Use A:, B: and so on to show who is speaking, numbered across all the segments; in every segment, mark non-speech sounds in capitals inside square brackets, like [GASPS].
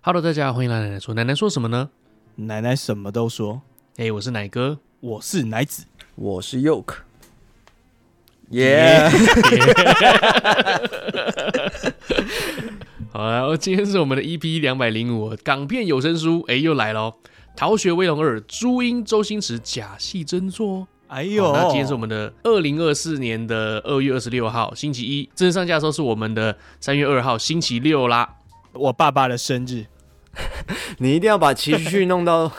A: Hello，大家好，欢迎来奶奶说。奶奶说什么呢？
B: 奶奶什么都说，
A: 哎、我是奶哥。
B: 我是奶子。
C: 我是 Yoke，耶！
A: 好了，哦今天是我们的 EP 两百零五港片有声书，哎、又来了、哦，《逃学威龙二》朱茵、周星驰假戏真做哦。
B: 哎
A: 好
B: 呦，
A: 那今天是我们的二零二四年的二月二十六号星期一，正式上架的时候是我们的三月二号星期六啦。
B: 我爸爸的生日，
C: 你一定要把情绪弄 [LAUGHS] 到。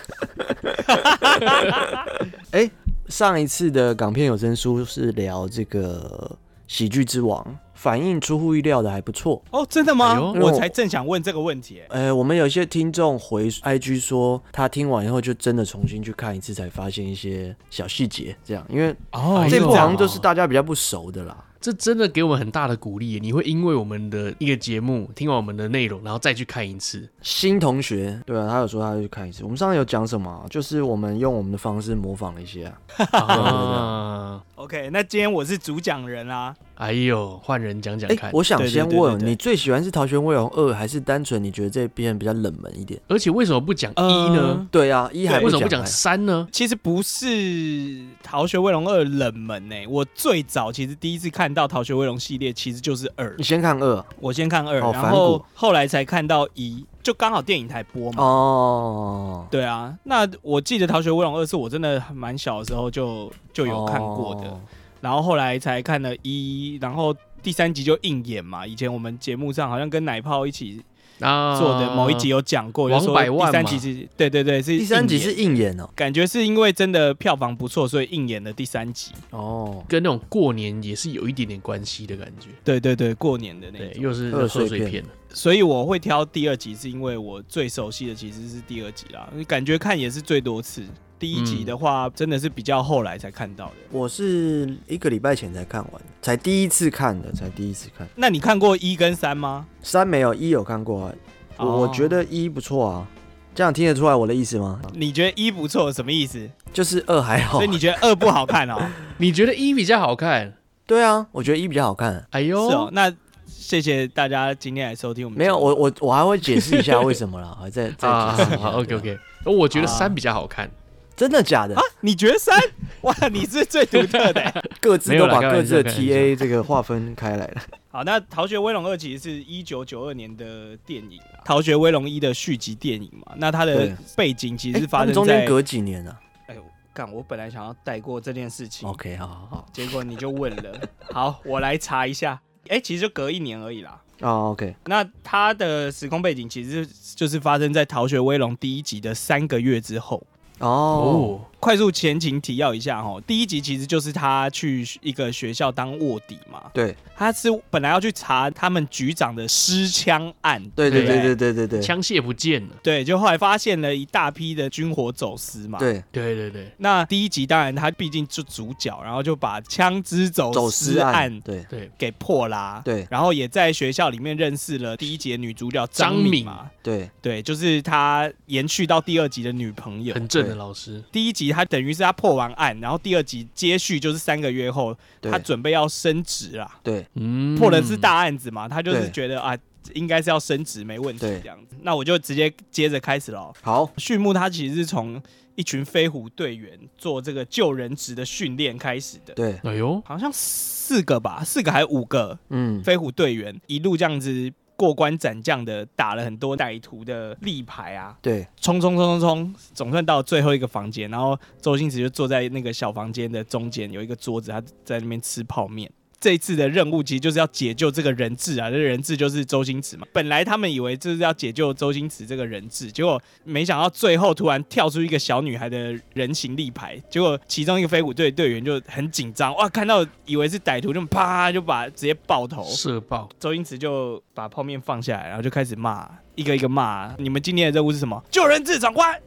C: 哎、上一次的港片有声书是聊这个喜剧之王，反应出乎意料的还不错。
B: 哦，真的吗？
A: 哎呦
B: 我才正想问这个问题、哎
C: 呃，我们有一些听众回 IG 说，他听完以后就真的重新去看一次，才发现一些小细节。这样，因为
A: 哦
C: 这部好像
B: 样
C: 就是大家比较不熟的啦。
A: 这真的给我们很大的鼓励耶，你会因为我们的一个节目，听完我们的内容，然后再去看一次。
C: 新同学，对啊，他有说他要去看一次。我们上次有讲什么啊？就是我们用我们的方式模仿了一些啊。
A: 啊，
B: OK，那今天我是主讲人啊啦、
A: 哎呦，换人讲讲
C: 哎、
A: 看。
C: 我想
B: 对对
C: 先
B: 对对
C: 问，
B: 对
C: 你最喜欢是《逃学威龙二》，还是单纯你觉得这边比较冷门一点？
A: 而且为什么不讲一呢？
C: 对啊，一还
A: 为什么不
C: 讲
A: 讲
C: 哎？
A: 三呢？
B: 呃其实不是《逃学威龙二》冷门呢、欸我最早其实第一次看到《逃学威龙》系列其实就是二
C: 你，先看二
B: 我先看二、
A: 哦
C: 好
B: 然
C: 反
B: 后
C: 骨
B: 后来才看到一，就刚好电影台播
C: 嗯
B: 嘛。
C: 哦，
B: 对啊，那我记得《逃学威龙二》是我真的蛮小的时候就就有看过的，
C: 哦
B: 然后后来才看了一，然后第三集就硬演嘛。以前我们节目上好像跟奶泡一起
A: 啊，
B: 做的某一集有讲过，
A: 王
B: 就说
A: 百万
B: 第三
A: 嘛
B: 集是，对对对，是
C: 第三集
B: 硬演
C: 是硬演哦。
B: 感觉是因为真的票房不错，所以硬演了第三集。
C: 哦，
A: 跟那种过年也是有一点点关系的感觉。
B: 对对对，过年的那
A: 对，
B: 一种。
A: 又是贺
C: 贺
A: 岁
C: 岁
A: 片
C: 片
A: 了。
B: 所以我会挑第二集，是因为我最熟悉的其实是第二集啦，感觉看也是最多次。第一集
A: 嗯
B: 的话，真的是比较后来才看到的。
C: 我是一个礼拜前才看完，才第一次看的，才第一次看。
B: 那你看过一跟三吗？
C: 三没有，一有看过啊。我、
B: 哦
C: 我觉得一不错啊，这样听得出来我的意思吗？
B: 哦你觉得一不错，什么意思？
C: 就是二还好啊
B: 所以。你觉得二不好看哦？
A: 你觉得一比较好看？
C: 对啊，我觉得一比较好看。
A: 哎
B: 是哦
A: 呦，，
B: 那谢谢大家今天来收听我们。
C: 没有，我，我我还会解释一下为什么啦，还再再
A: 啊
C: 解释一下。
A: ，OK OK，我觉得
B: 啊
A: 三比较好看。
C: 真的假的？
B: 你觉得
C: [LAUGHS]
B: 三？哇，你是最独特的欸、
C: 各自
A: 没有
C: 都
A: 啦
C: 把
A: 开玩
C: 各自的
A: 笑开玩
C: TA 这个划分开来了。
B: 好，那《逃学威龙二》其实是一九九二年的电影啊，《逃学威龙一》的续集电影嘛。那它的
C: 对
B: 背景其实
C: 诶
B: 是发
C: 哎他们
B: 生
C: 哦中
B: 在……
C: 间隔几年啊
B: 哎呦，干！我本来想要带过这件事情
C: ？OK，好好好。
B: 结果你就问了。 [LAUGHS] 好，我来查一下。哎、其实就隔一年而已啦。
C: 哦，OK，
B: 那它的时空背景其实就是发生在《逃学威龙》第一集的三个月之后。
C: 哦，
A: 哦，
B: 快速前情提要一下哦，第一集其实就是他去一个学校当卧底嘛，
C: 对
B: 他是本来要去查他们局长的失枪案，
C: 对对
B: 不
C: 对对对对对
A: 枪械不见了。
B: 对，就后来发现了一大批的军火走私嘛。，
C: 对，
A: 对对对
B: 那第一集当然他毕竟是主角，然后就把枪支走
C: 走
B: 哦私
C: 私
B: 案
C: 案，对
A: 对，
B: 给破啦。
C: 对
B: 然后也在学校里面认识了第一集的女主角张
A: 张
B: 敏
A: 敏
B: 嘛，
C: 对
B: 对，就是他延续到第二集的女朋友。
A: 很正的老师。
B: 第一集他等于是他破完案，然后第二集接续就是三个月后，
C: 对
B: 他准备要升职啦。
C: 对
A: 嗯，
B: 破了是大案子嘛，他就是
C: 对
B: 觉得啊，应该是要升职没问题
C: 对
B: 这样子。那我就直接接着开始喽。
C: 好，
B: 畜牧他其实是从一群飞虎队员做这个救人职的训练开始的，
C: 对，
A: 哎呦，
B: 好像四个吧，四个还是五个
C: 嗯，
B: 飞虎队员一路这样子过关斩将的打了很多歹徒的立牌啊，
C: 对
B: 冲冲冲冲冲，总算到最后一个房间，然后周星驰就坐在那个小房间的中间，有一个桌子，他在那边吃泡面。这一次的任务其实就是要解救这个人质啊，这人质就是周星驰嘛。本来他们以为就是要解救周星驰这个人质，结果没想到最后突然跳出一个小女孩的人形立牌，结果其中一个飞虎队队员就很紧张，哇，看到以为是歹徒，就啪就把直接爆头，
A: 射爆！
B: 周星驰就把泡面放下来，然后就开始骂，一个一个骂。你们今天的任务是什么？救人质，
A: [LAUGHS]
B: 长官！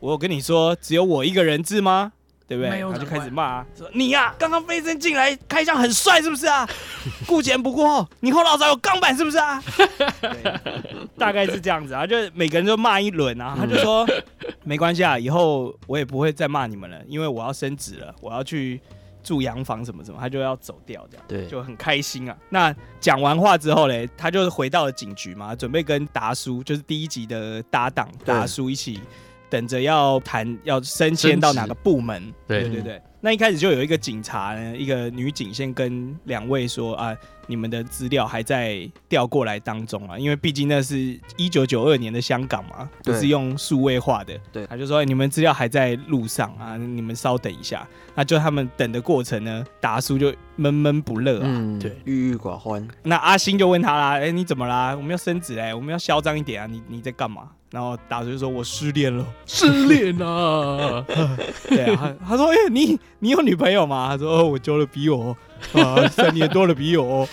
B: 我有跟你说，只有我一个人质吗？对不对？
A: 没有
B: 他就
A: 长官
B: 开始骂，说你呀、刚刚飞身进来开枪很帅是不
A: [LAUGHS]
B: 是啊？顾前不顾后，你后脑勺有钢板是不是啊？对大概是这样子啊，就每个人都骂一轮啊。他就说、没关系啊，以后我也不会再骂你们了，因为我要升职了，我要去住洋房什么什么，他就要走掉这样。
C: 对，
B: 就很开心啊。那讲完话之后嘞，他就回到了警局嘛，准备跟达叔，就是第一集的搭档
C: 对
B: 达叔一起等着要谈要升迁到哪个部门。
A: 对
C: 嗯
B: 对对对。那一开始就有一个警察呢，一个女警先跟两位说啊，你们的资料还在调过来当中啊，因为毕竟那是一九九二年的香港嘛，不
C: 对
B: 是用数位化的。
C: 对
B: 他就说、哎你们资料还在路上啊，你们稍等一下。那就他们等的过程呢，达叔就闷闷不乐啊。
C: 嗯，
A: 对，
C: 郁郁寡欢，
B: 那阿星就问他啦，哎、你怎么啦？我们要升职嘞，我们要嚣张一点啊，你你在干嘛？然后达叔就说，我失恋了。
A: 失恋
B: [LAUGHS]
A: 啊，
B: 对啊，他他说，哎、你你有女朋友吗？他说，哦、我交了笔友，啊，三年多了笔友，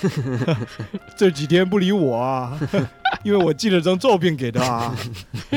B: [LAUGHS] 这几天不理我啊， [LAUGHS] 因为我寄了张照片给他、啊
A: [LAUGHS]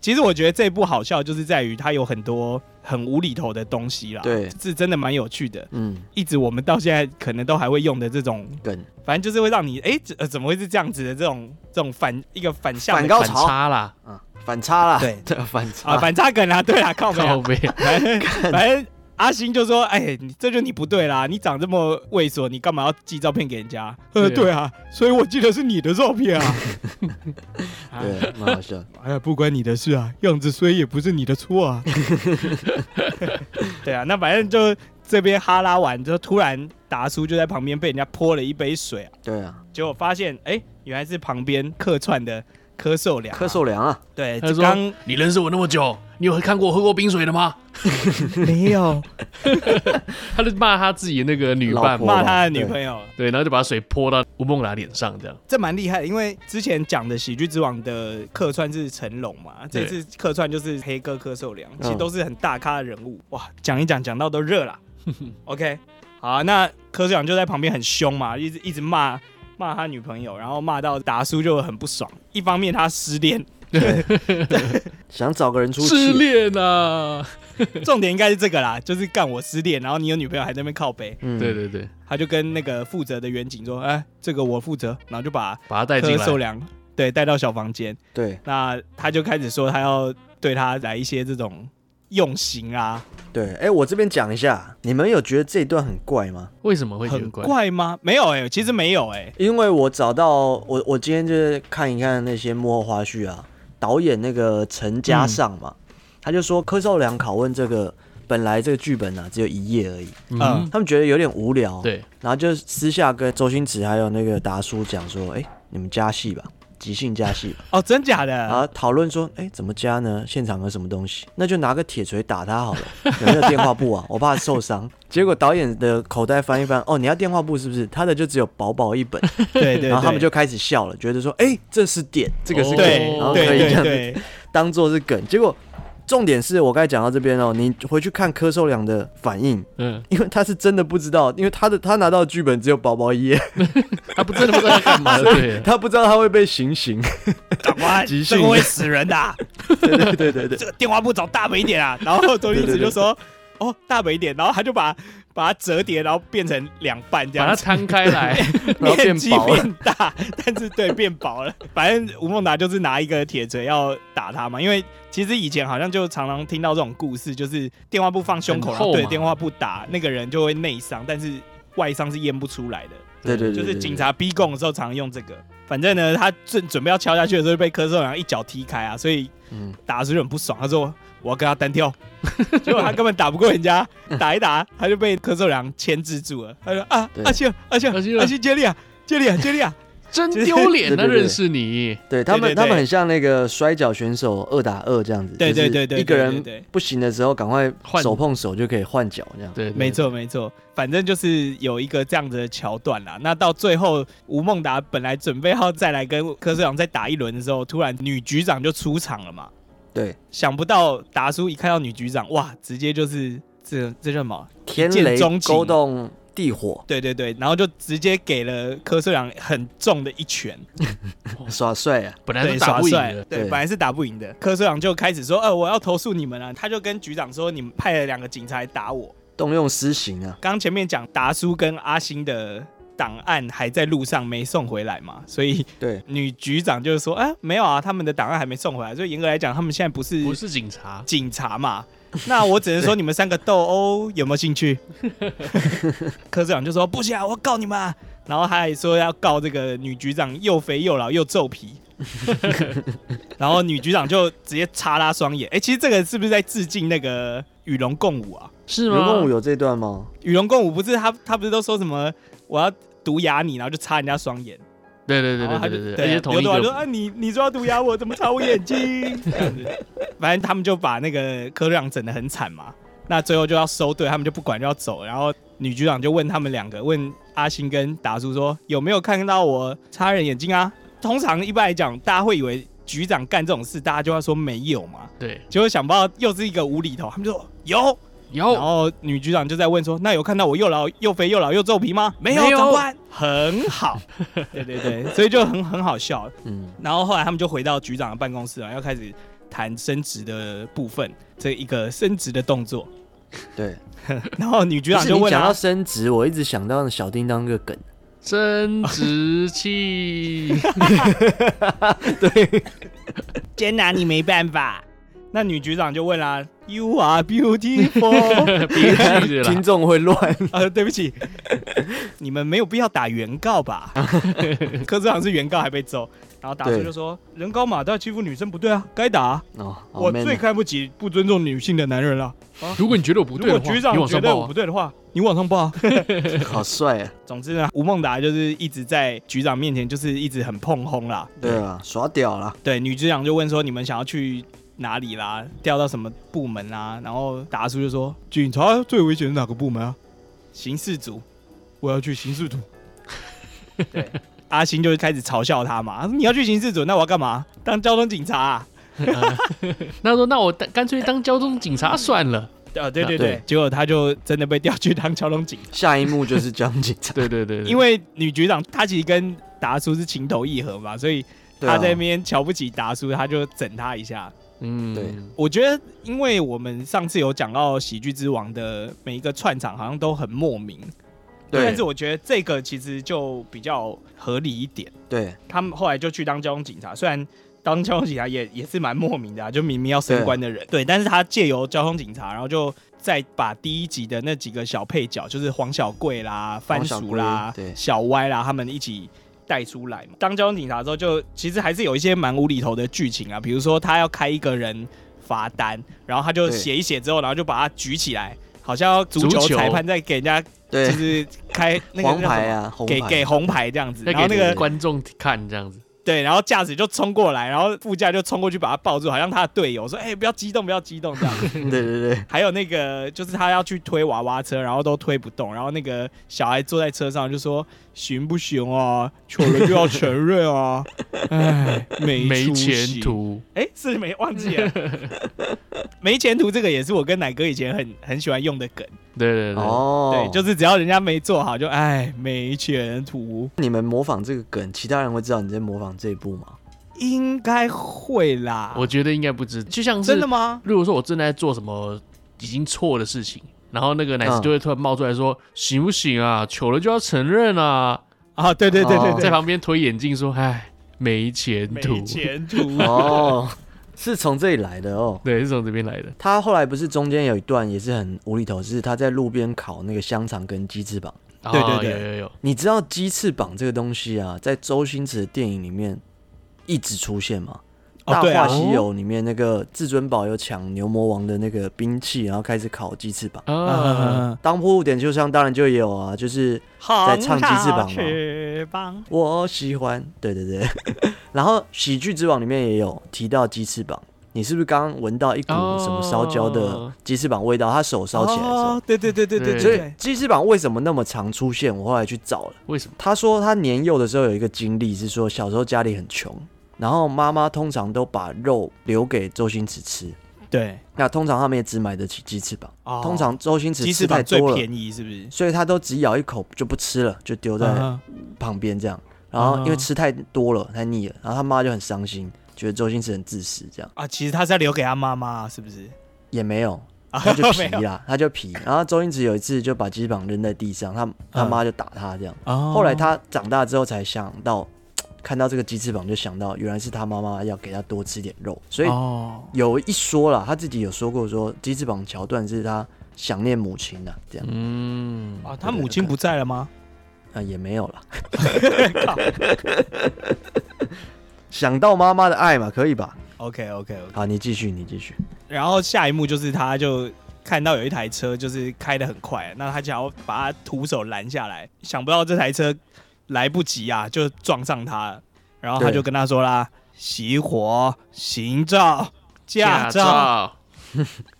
B: 其实我觉得这部好笑，就是在于它有很多很无厘头的东西啦，
C: 对
B: 是真的蛮有趣的。
C: 嗯，
B: 一直我们到现在可能都还会用的这种
C: 梗
B: 反正就是会让你哎、这呃怎么会是这样子的这种这种反一个反向的
C: 反高
A: 反
C: 潮
A: 差啦，
C: 啊，反差啦，
B: 对
C: 反
B: 啊
C: 差，
B: 反差梗啊，对啦，靠没
A: 靠
B: 有，
A: 背，
B: 反正反正阿星就说，哎、你这就你不对啦，你长这么猥琐，你干嘛要寄照片给人家？呃，
A: 对
B: 对啊，所以我记得是你的照片啊，
C: 对，蛮好笑的，
B: 哎呀，不关你的事啊，样子衰也不是你的错
A: [LAUGHS]
B: 啊，对啊，那反正就这边哈拉完，就突然达叔就在旁边被人家泼了一杯水、啊，
C: 对
B: [LAUGHS]
C: 啊，
B: 结果发现哎、原来是旁边客串的柯受良、
C: 柯受良啊，
B: 对，
A: 他说 [LAUGHS]
B: 刚
A: 你认识我那么久，你有看过我喝过冰水的吗？
B: 没有
A: 他就骂他自己那个女
C: 老
A: 伴
C: 婆
A: 嘛，
B: 骂他的女朋友，
A: 对，然后就把水泼到吴孟达脸上，这样
B: 这蛮厉害的。因为之前讲的《喜剧之王》的客串是成龙嘛，这
A: 对
B: 次客串就是黑哥柯受良，其实
C: 嗯
B: 都是很大咖的人物。哇，讲一讲讲到都热了。OK，好啊、那柯受良就在旁边很凶嘛，一直一直骂骂他女朋友，然后骂到达叔就很不爽。一方面他
A: [LAUGHS]
B: 失恋，
C: 想找个人出
A: 失
C: 气，
A: 恋啊，
B: 重点应该是这个啦，就是干我失恋，然后你有女朋友还在那边靠背，
C: 嗯，
A: 对，对对，
B: 他就跟那个负责的远景说：“哎，这个我负责。”然后就把
A: 把他带进
B: 柯
A: 来
B: 受，良对带到小房间，
C: 对
B: 那他就开始说他要对他来一些这种用刑啊，
C: 对，哎，我这边讲一下，你们有觉得这一段很怪吗？
A: 为什么会觉得
B: 很？怪吗？没有哎、其实没有哎、
C: 因为我找到我，我今天就是看一看那些幕后花絮啊，导演那个陈嘉上嘛，他就说柯受良拷问这个本来这个剧本啊只有一页而已，
A: 嗯
B: 嗯，
C: 他们觉得有点无聊，，
A: 对，
C: 然后就私下跟周星驰还有那个达叔讲说，哎、你们加戏吧。即兴加戏
A: [LAUGHS]
C: 吧，
A: 啊
B: 哦，真假的？
C: 然后讨论说，哎、怎么加呢？现场有什么东西？那就拿个铁锤打
A: [LAUGHS]
C: 他好了。有没有电话簿啊？我怕受伤。结果导演的口袋翻一翻，哦，你要电话簿是不是？他的就只有薄薄一本，
B: 对对对，
C: 然后他们就开始笑了，觉得说：“哎、这是点，这个是
A: 哦
C: 梗，
B: 对
A: 然后
B: 对
C: 可以这
B: 对
C: 样
B: 对，
C: 当做是梗。”结果重点是我刚才讲到这边哦，你回去看柯受良的反应， [LAUGHS]
A: 嗯，
C: 因为他是真的不知道，因为他的他拿到的剧本只有薄薄一页，
A: 他不真的不知道他干嘛，对，
C: 他不知道他会被行刑。
B: [LAUGHS] 长官，
C: 即
B: 这
C: 兴
B: 个会死人的、啊，
C: 对对对对对
B: 这个电话簿找大本一点啊。然后周星驰就
C: [LAUGHS]
B: 说：“哦，大本一点。”然后他就把把它折叠，然后变成 [LAUGHS] 两半这
A: 把它
B: 样子。
A: 摊开
B: [LAUGHS]
A: 来，
C: 然
B: 面
C: 后变
B: 积
C: 薄了
B: 变大，但是对变薄了。反正吴孟达就是拿一个铁锤要打他嘛，因为其实以前好像就常常听到这种故事，就是电话簿放胸口，
A: 很
B: 然
A: 厚
B: 后对
A: 嘛
B: 电话簿打那个人就会内伤，但是外伤是验不出来的。
C: 对对
B: 就
C: 对，
B: 是警
C: 对。
B: 察逼供的时候常用这个。反正呢，他正准备要敲下去的时候，被柯受良一脚踢开啊，所以
C: 嗯，
B: 打的就很不爽，他说我要跟他单挑， [LAUGHS] 结果他根本打不过人家，
C: 嗯
B: 打一打他就被柯受良牵制住了。他说啊，
C: 对
B: 阿秀，阿秀，
A: 阿秀
B: 阿秀接力啊，接力啊，接力啊！
A: 真丢脸啊！
C: 对对对
A: 认识你，
C: [LAUGHS] 对他们
B: 对对对
C: 他们很像那个摔跤选手二打二这样子，
B: 对对对
C: 就
B: 对，
C: 是一个
B: 对
C: 人
B: 对对
C: 不行的时候，赶快
A: 换
C: 手碰手就可以换脚这样。
A: 对，对
B: 没，错没错，反正就是有一个这样子的桥段啦。那到最后，吴孟达本来准备要再来跟柯受良再打一轮的时候，突然女局长就出场了嘛。
C: 对，
B: 想不到达叔一看到女局长，哇，直接就是这这叫什么？
C: 天
B: 见
C: 雷
B: 钟情
C: 勾动地火，
B: 对对对，然后就直接给了柯受良很重的一拳，
C: 耍帅啊！
A: 本来
B: 对，
A: 是打
B: 耍
A: 不赢
B: 帅
A: 的，，
B: 对，
C: 对
B: 本来是打不赢的。柯受良就开始说，呃，我要投诉你们啊，他就跟局长说，你们派了两个警察来打我。
C: 动用私刑啊，
B: 刚前面讲达叔跟阿星的档案还在路上没送回来嘛，所以
C: 对
B: 女局长啊就是说，哎、没有啊，他们的档案还没送回来，所以严格来讲，他们现在不是
A: 不是警察，
B: 警察嘛，那我只能说你们三个斗殴有没有兴趣？柯志长就说不行啊，我要告你们、啊。然后他还说要告这个女局长又肥又老又皱皮。 [LAUGHS] 然后女局长就直接插拉双眼。哎、其实这个是不是在致敬那个与龙共舞啊？
A: 是
C: 如
A: 吗
C: 果？我有这段吗？
B: 与龙共舞不是他他不是都说什么我要毒哑你，然后就插人家双眼。
A: 对对对
B: 然后他
A: 对
B: 就
A: 对
B: 对
A: 而且同一
B: 刘德华就说
A: 个
B: 啊，你你说要毒牙我，怎么插我眼睛？这样子，反正他们就把那个科长整得很惨嘛。那最后就要收队，他们就不管就要走。然后女局长就问他们两个，问阿星跟达叔说有没有看到我插人眼睛啊？通常一般来讲，大家会以为局长干这种事，啊大家就要说没有嘛。
A: 对，
B: 结果想不到又是一个无厘头，他们就说有。然
A: 有
B: 后女局长就在问说：“那有看到我又老又肥又老又皱皮吗？”没有，
A: 没有
B: 长官，很好。 [LAUGHS] 对对 [LAUGHS] 对，所以就很很好笑。
C: 嗯，
B: 然后后来他们就回到局长的办公室了，要开始谈升职的部分，这一个升职的动作。
C: 对。
B: 然后女局
C: 不
B: 长
C: 是
B: 就
C: 你
B: 问啊
C: 讲
B: [LAUGHS] 他
C: 到，升职，我一直想到小叮当这个
B: [LAUGHS]
C: 梗。
A: 生殖器，
B: 真拿你没办法。那女局长就问啦：“You are beautiful。”
A: 别去了
C: [LAUGHS] 听
A: 啦。
C: 众会乱，
B: [LAUGHS] 呃，对不起，你们没有必要打原告 [LAUGHS] 吧？柯志长是原告还被揍，然后打出
C: 对
B: 就说：“人高马大欺负女生不对啊，该打啊、
C: 哦，好
B: 我
C: man
B: 最
C: 哦
B: 看不起不尊重女性的男人了。
A: 如果你觉得我不
B: 如
A: 对的
B: 果
A: 话，
B: 局
A: 你
B: 长
A: 往
B: 觉
A: 上
B: 得
A: 报
B: 我不
A: 啊。
B: 对的话，你往上报啊、 [LAUGHS]
C: 好帅啊！
B: 总之呢，吴孟达就是一直在局长面前就是一直很碰轰啦。
C: 对啊，耍屌啦！
B: 对，女局长就问说你们想要去哪里啦，调到什么部门啦？然后达叔就说警察最危险是哪个部门啊？刑事组，我要去刑事组。对， [LAUGHS] 阿星就开始嘲笑他嘛，他说你要去刑事组，那我要干嘛？当交通警察、啊？
A: 那说那我当干脆当交通警察算了。
B: 啊，对对
C: 对
B: 对，结果他就真的被调去当交通警察。
C: 下一幕就是江
B: [LAUGHS]
C: 警察，
A: 对对对，对
B: 因为女局长她其实跟达叔是情投意合嘛，所以
C: 对啊
B: 她在那边瞧不起达叔，她就整他一下。
A: 嗯
C: 对
B: 我觉得，因为我们上次有讲到《喜剧之王》的每一个串场好像都很莫名，但
C: 对
B: 是我觉得这个其实就比较合理一点。
C: 对啊
B: 他们后来就去当交通警察，虽然当交通警察也 [LAUGHS] 也是蛮莫名的啊，就明明要升官的人，对，但是他借由交通警察，然后就再把第一集的那几个小配角，就是黄小贵啦、番
C: 黄小
B: 薯
C: 贵
B: 啦
C: 对、
B: 小歪啦，他们一起。带出来嘛？当交通警察之后就，其实还是有一些蛮无厘头的剧情啊，比如说他要开一个人罚单，然后他就
C: 对
B: 写一写之后，然后就把他举起来，好像要足
A: 足
B: 球
A: 球
B: 裁判在给人家就
C: 对，
B: 是开那个
C: 黄
B: 叫什
C: 牌
B: 么
C: 啊，红
B: 给给
C: 牌，
B: 红牌这样子，
A: 再
B: 然后那
A: 给
B: 个
A: 观众看这样子，
B: 对，然后驾驶就冲过来，然后副驾就冲过去把他抱住，好像他的队友说：“哎、不要激动，不要激动。”这样。
C: [LAUGHS] 对对对
B: 还有那个就是他要去推娃娃车，然后都推不动，然后那个小孩坐在车上就说：“行不行啊？求了就要承认啊！”哎，没
A: 没
B: 出息
A: 前。途。
B: 哎、是没忘记了。没前途这个也是我跟奶哥以前很很喜欢用的梗，
A: 对对对，
C: 哦
B: 对，，就是只要人家没做好就哎没前途。
C: 你们模仿这个梗，其他人会知道你在模仿这一部吗？
B: 应该会啦，
A: 我觉得应该不止，就像是
B: 真的吗？
A: 例如说，我正在做什么已经错的事情，然后那个奶子
C: 嗯
A: 就会突然冒出来说：“行不行啊？求了就要承认啊
B: 啊，对对对对
C: 哦！”
B: 对，
A: 在旁边推眼镜说：“哎，没前途。
B: 没”前
C: [LAUGHS]
B: 途。
C: 哦，是从这里来的哦。
A: 对，是从这边来的。
C: 他后来不是中间有一段也是很无厘头，是他在路边烤那个香肠跟鸡翅膀。
A: 对
B: 对对
A: 哦有有有，
C: 你知道鸡翅膀这个东西啊，在周星驰的电影里面一直出现吗？
B: 哦
C: 大
B: 对啊
C: 话西游》里面那个至尊宝有抢牛魔王的那个兵器，然后开始烤鸡翅膀。
B: 嗯
A: 啊，
C: 当铺入点秋香当然就有啊，就是在唱鸡翅膀吗
B: 翅膀
C: 我喜欢，对对 [LAUGHS] 对。然后《喜剧之王》里面也有提到鸡翅膀，你是不是刚刚闻到一股
B: 嗯
A: 哦
C: 什么烧焦
B: 哦
C: 的鸡翅膀味道？他手烧起来的时候，
B: 哦对对对对对
A: 对
C: 所
B: 对
C: 以
B: 对，
C: 鸡翅膀为什么那么常出现？我后来去找了，
A: 为什么？
C: 他说他年幼的时候有一个经历是说，小时候家里很穷，然后妈妈通常都把肉留给周星驰吃。
B: 对
C: 那通常他们也只买得起鸡翅膀，
B: 哦
C: 通常周星驰
B: 鸡翅
C: 吃太
B: 膀最
C: 多了，
B: 便宜是不是？
C: 所以他都只咬一口就不吃了，就丢在
B: 嗯
C: 旁边这样。然后因为
B: 嗯
C: 吃太多了，太腻了，然后他妈就很伤心，觉得周星驰很自私，这样
B: 啊，其实他是要留给他妈妈，是不是？
C: 也没有，
B: 啊
C: 他就皮
B: 没有
C: 啦，他就皮。然后周星驰有一次就把鸡翅膀扔在地上，他他
B: 嗯
C: 妈就打他这样。
B: 哦
C: 后来他长大之后才想到，看到这个鸡翅膀就想到原来是他妈妈要给他多吃点肉，所以
B: 哦，
C: 有一说啦，他自己有说过说鸡翅膀桥段是他想念母亲的、这样啊、
A: 嗯，
B: 啊，他母亲不在了吗？
C: 也没有啦。 [LAUGHS] 想到妈妈的爱嘛，可以吧？
B: OK OK OK，
C: 好，你继续，你继续。
B: 然后下一幕就是他就看到有一台车就是开得很快，那他想要把他徒手拦下来，想不到这台车来不及啊，就撞上他了。然后他
C: 对
B: 就跟他说啦：“熄火、行照、驾照。
A: 照，”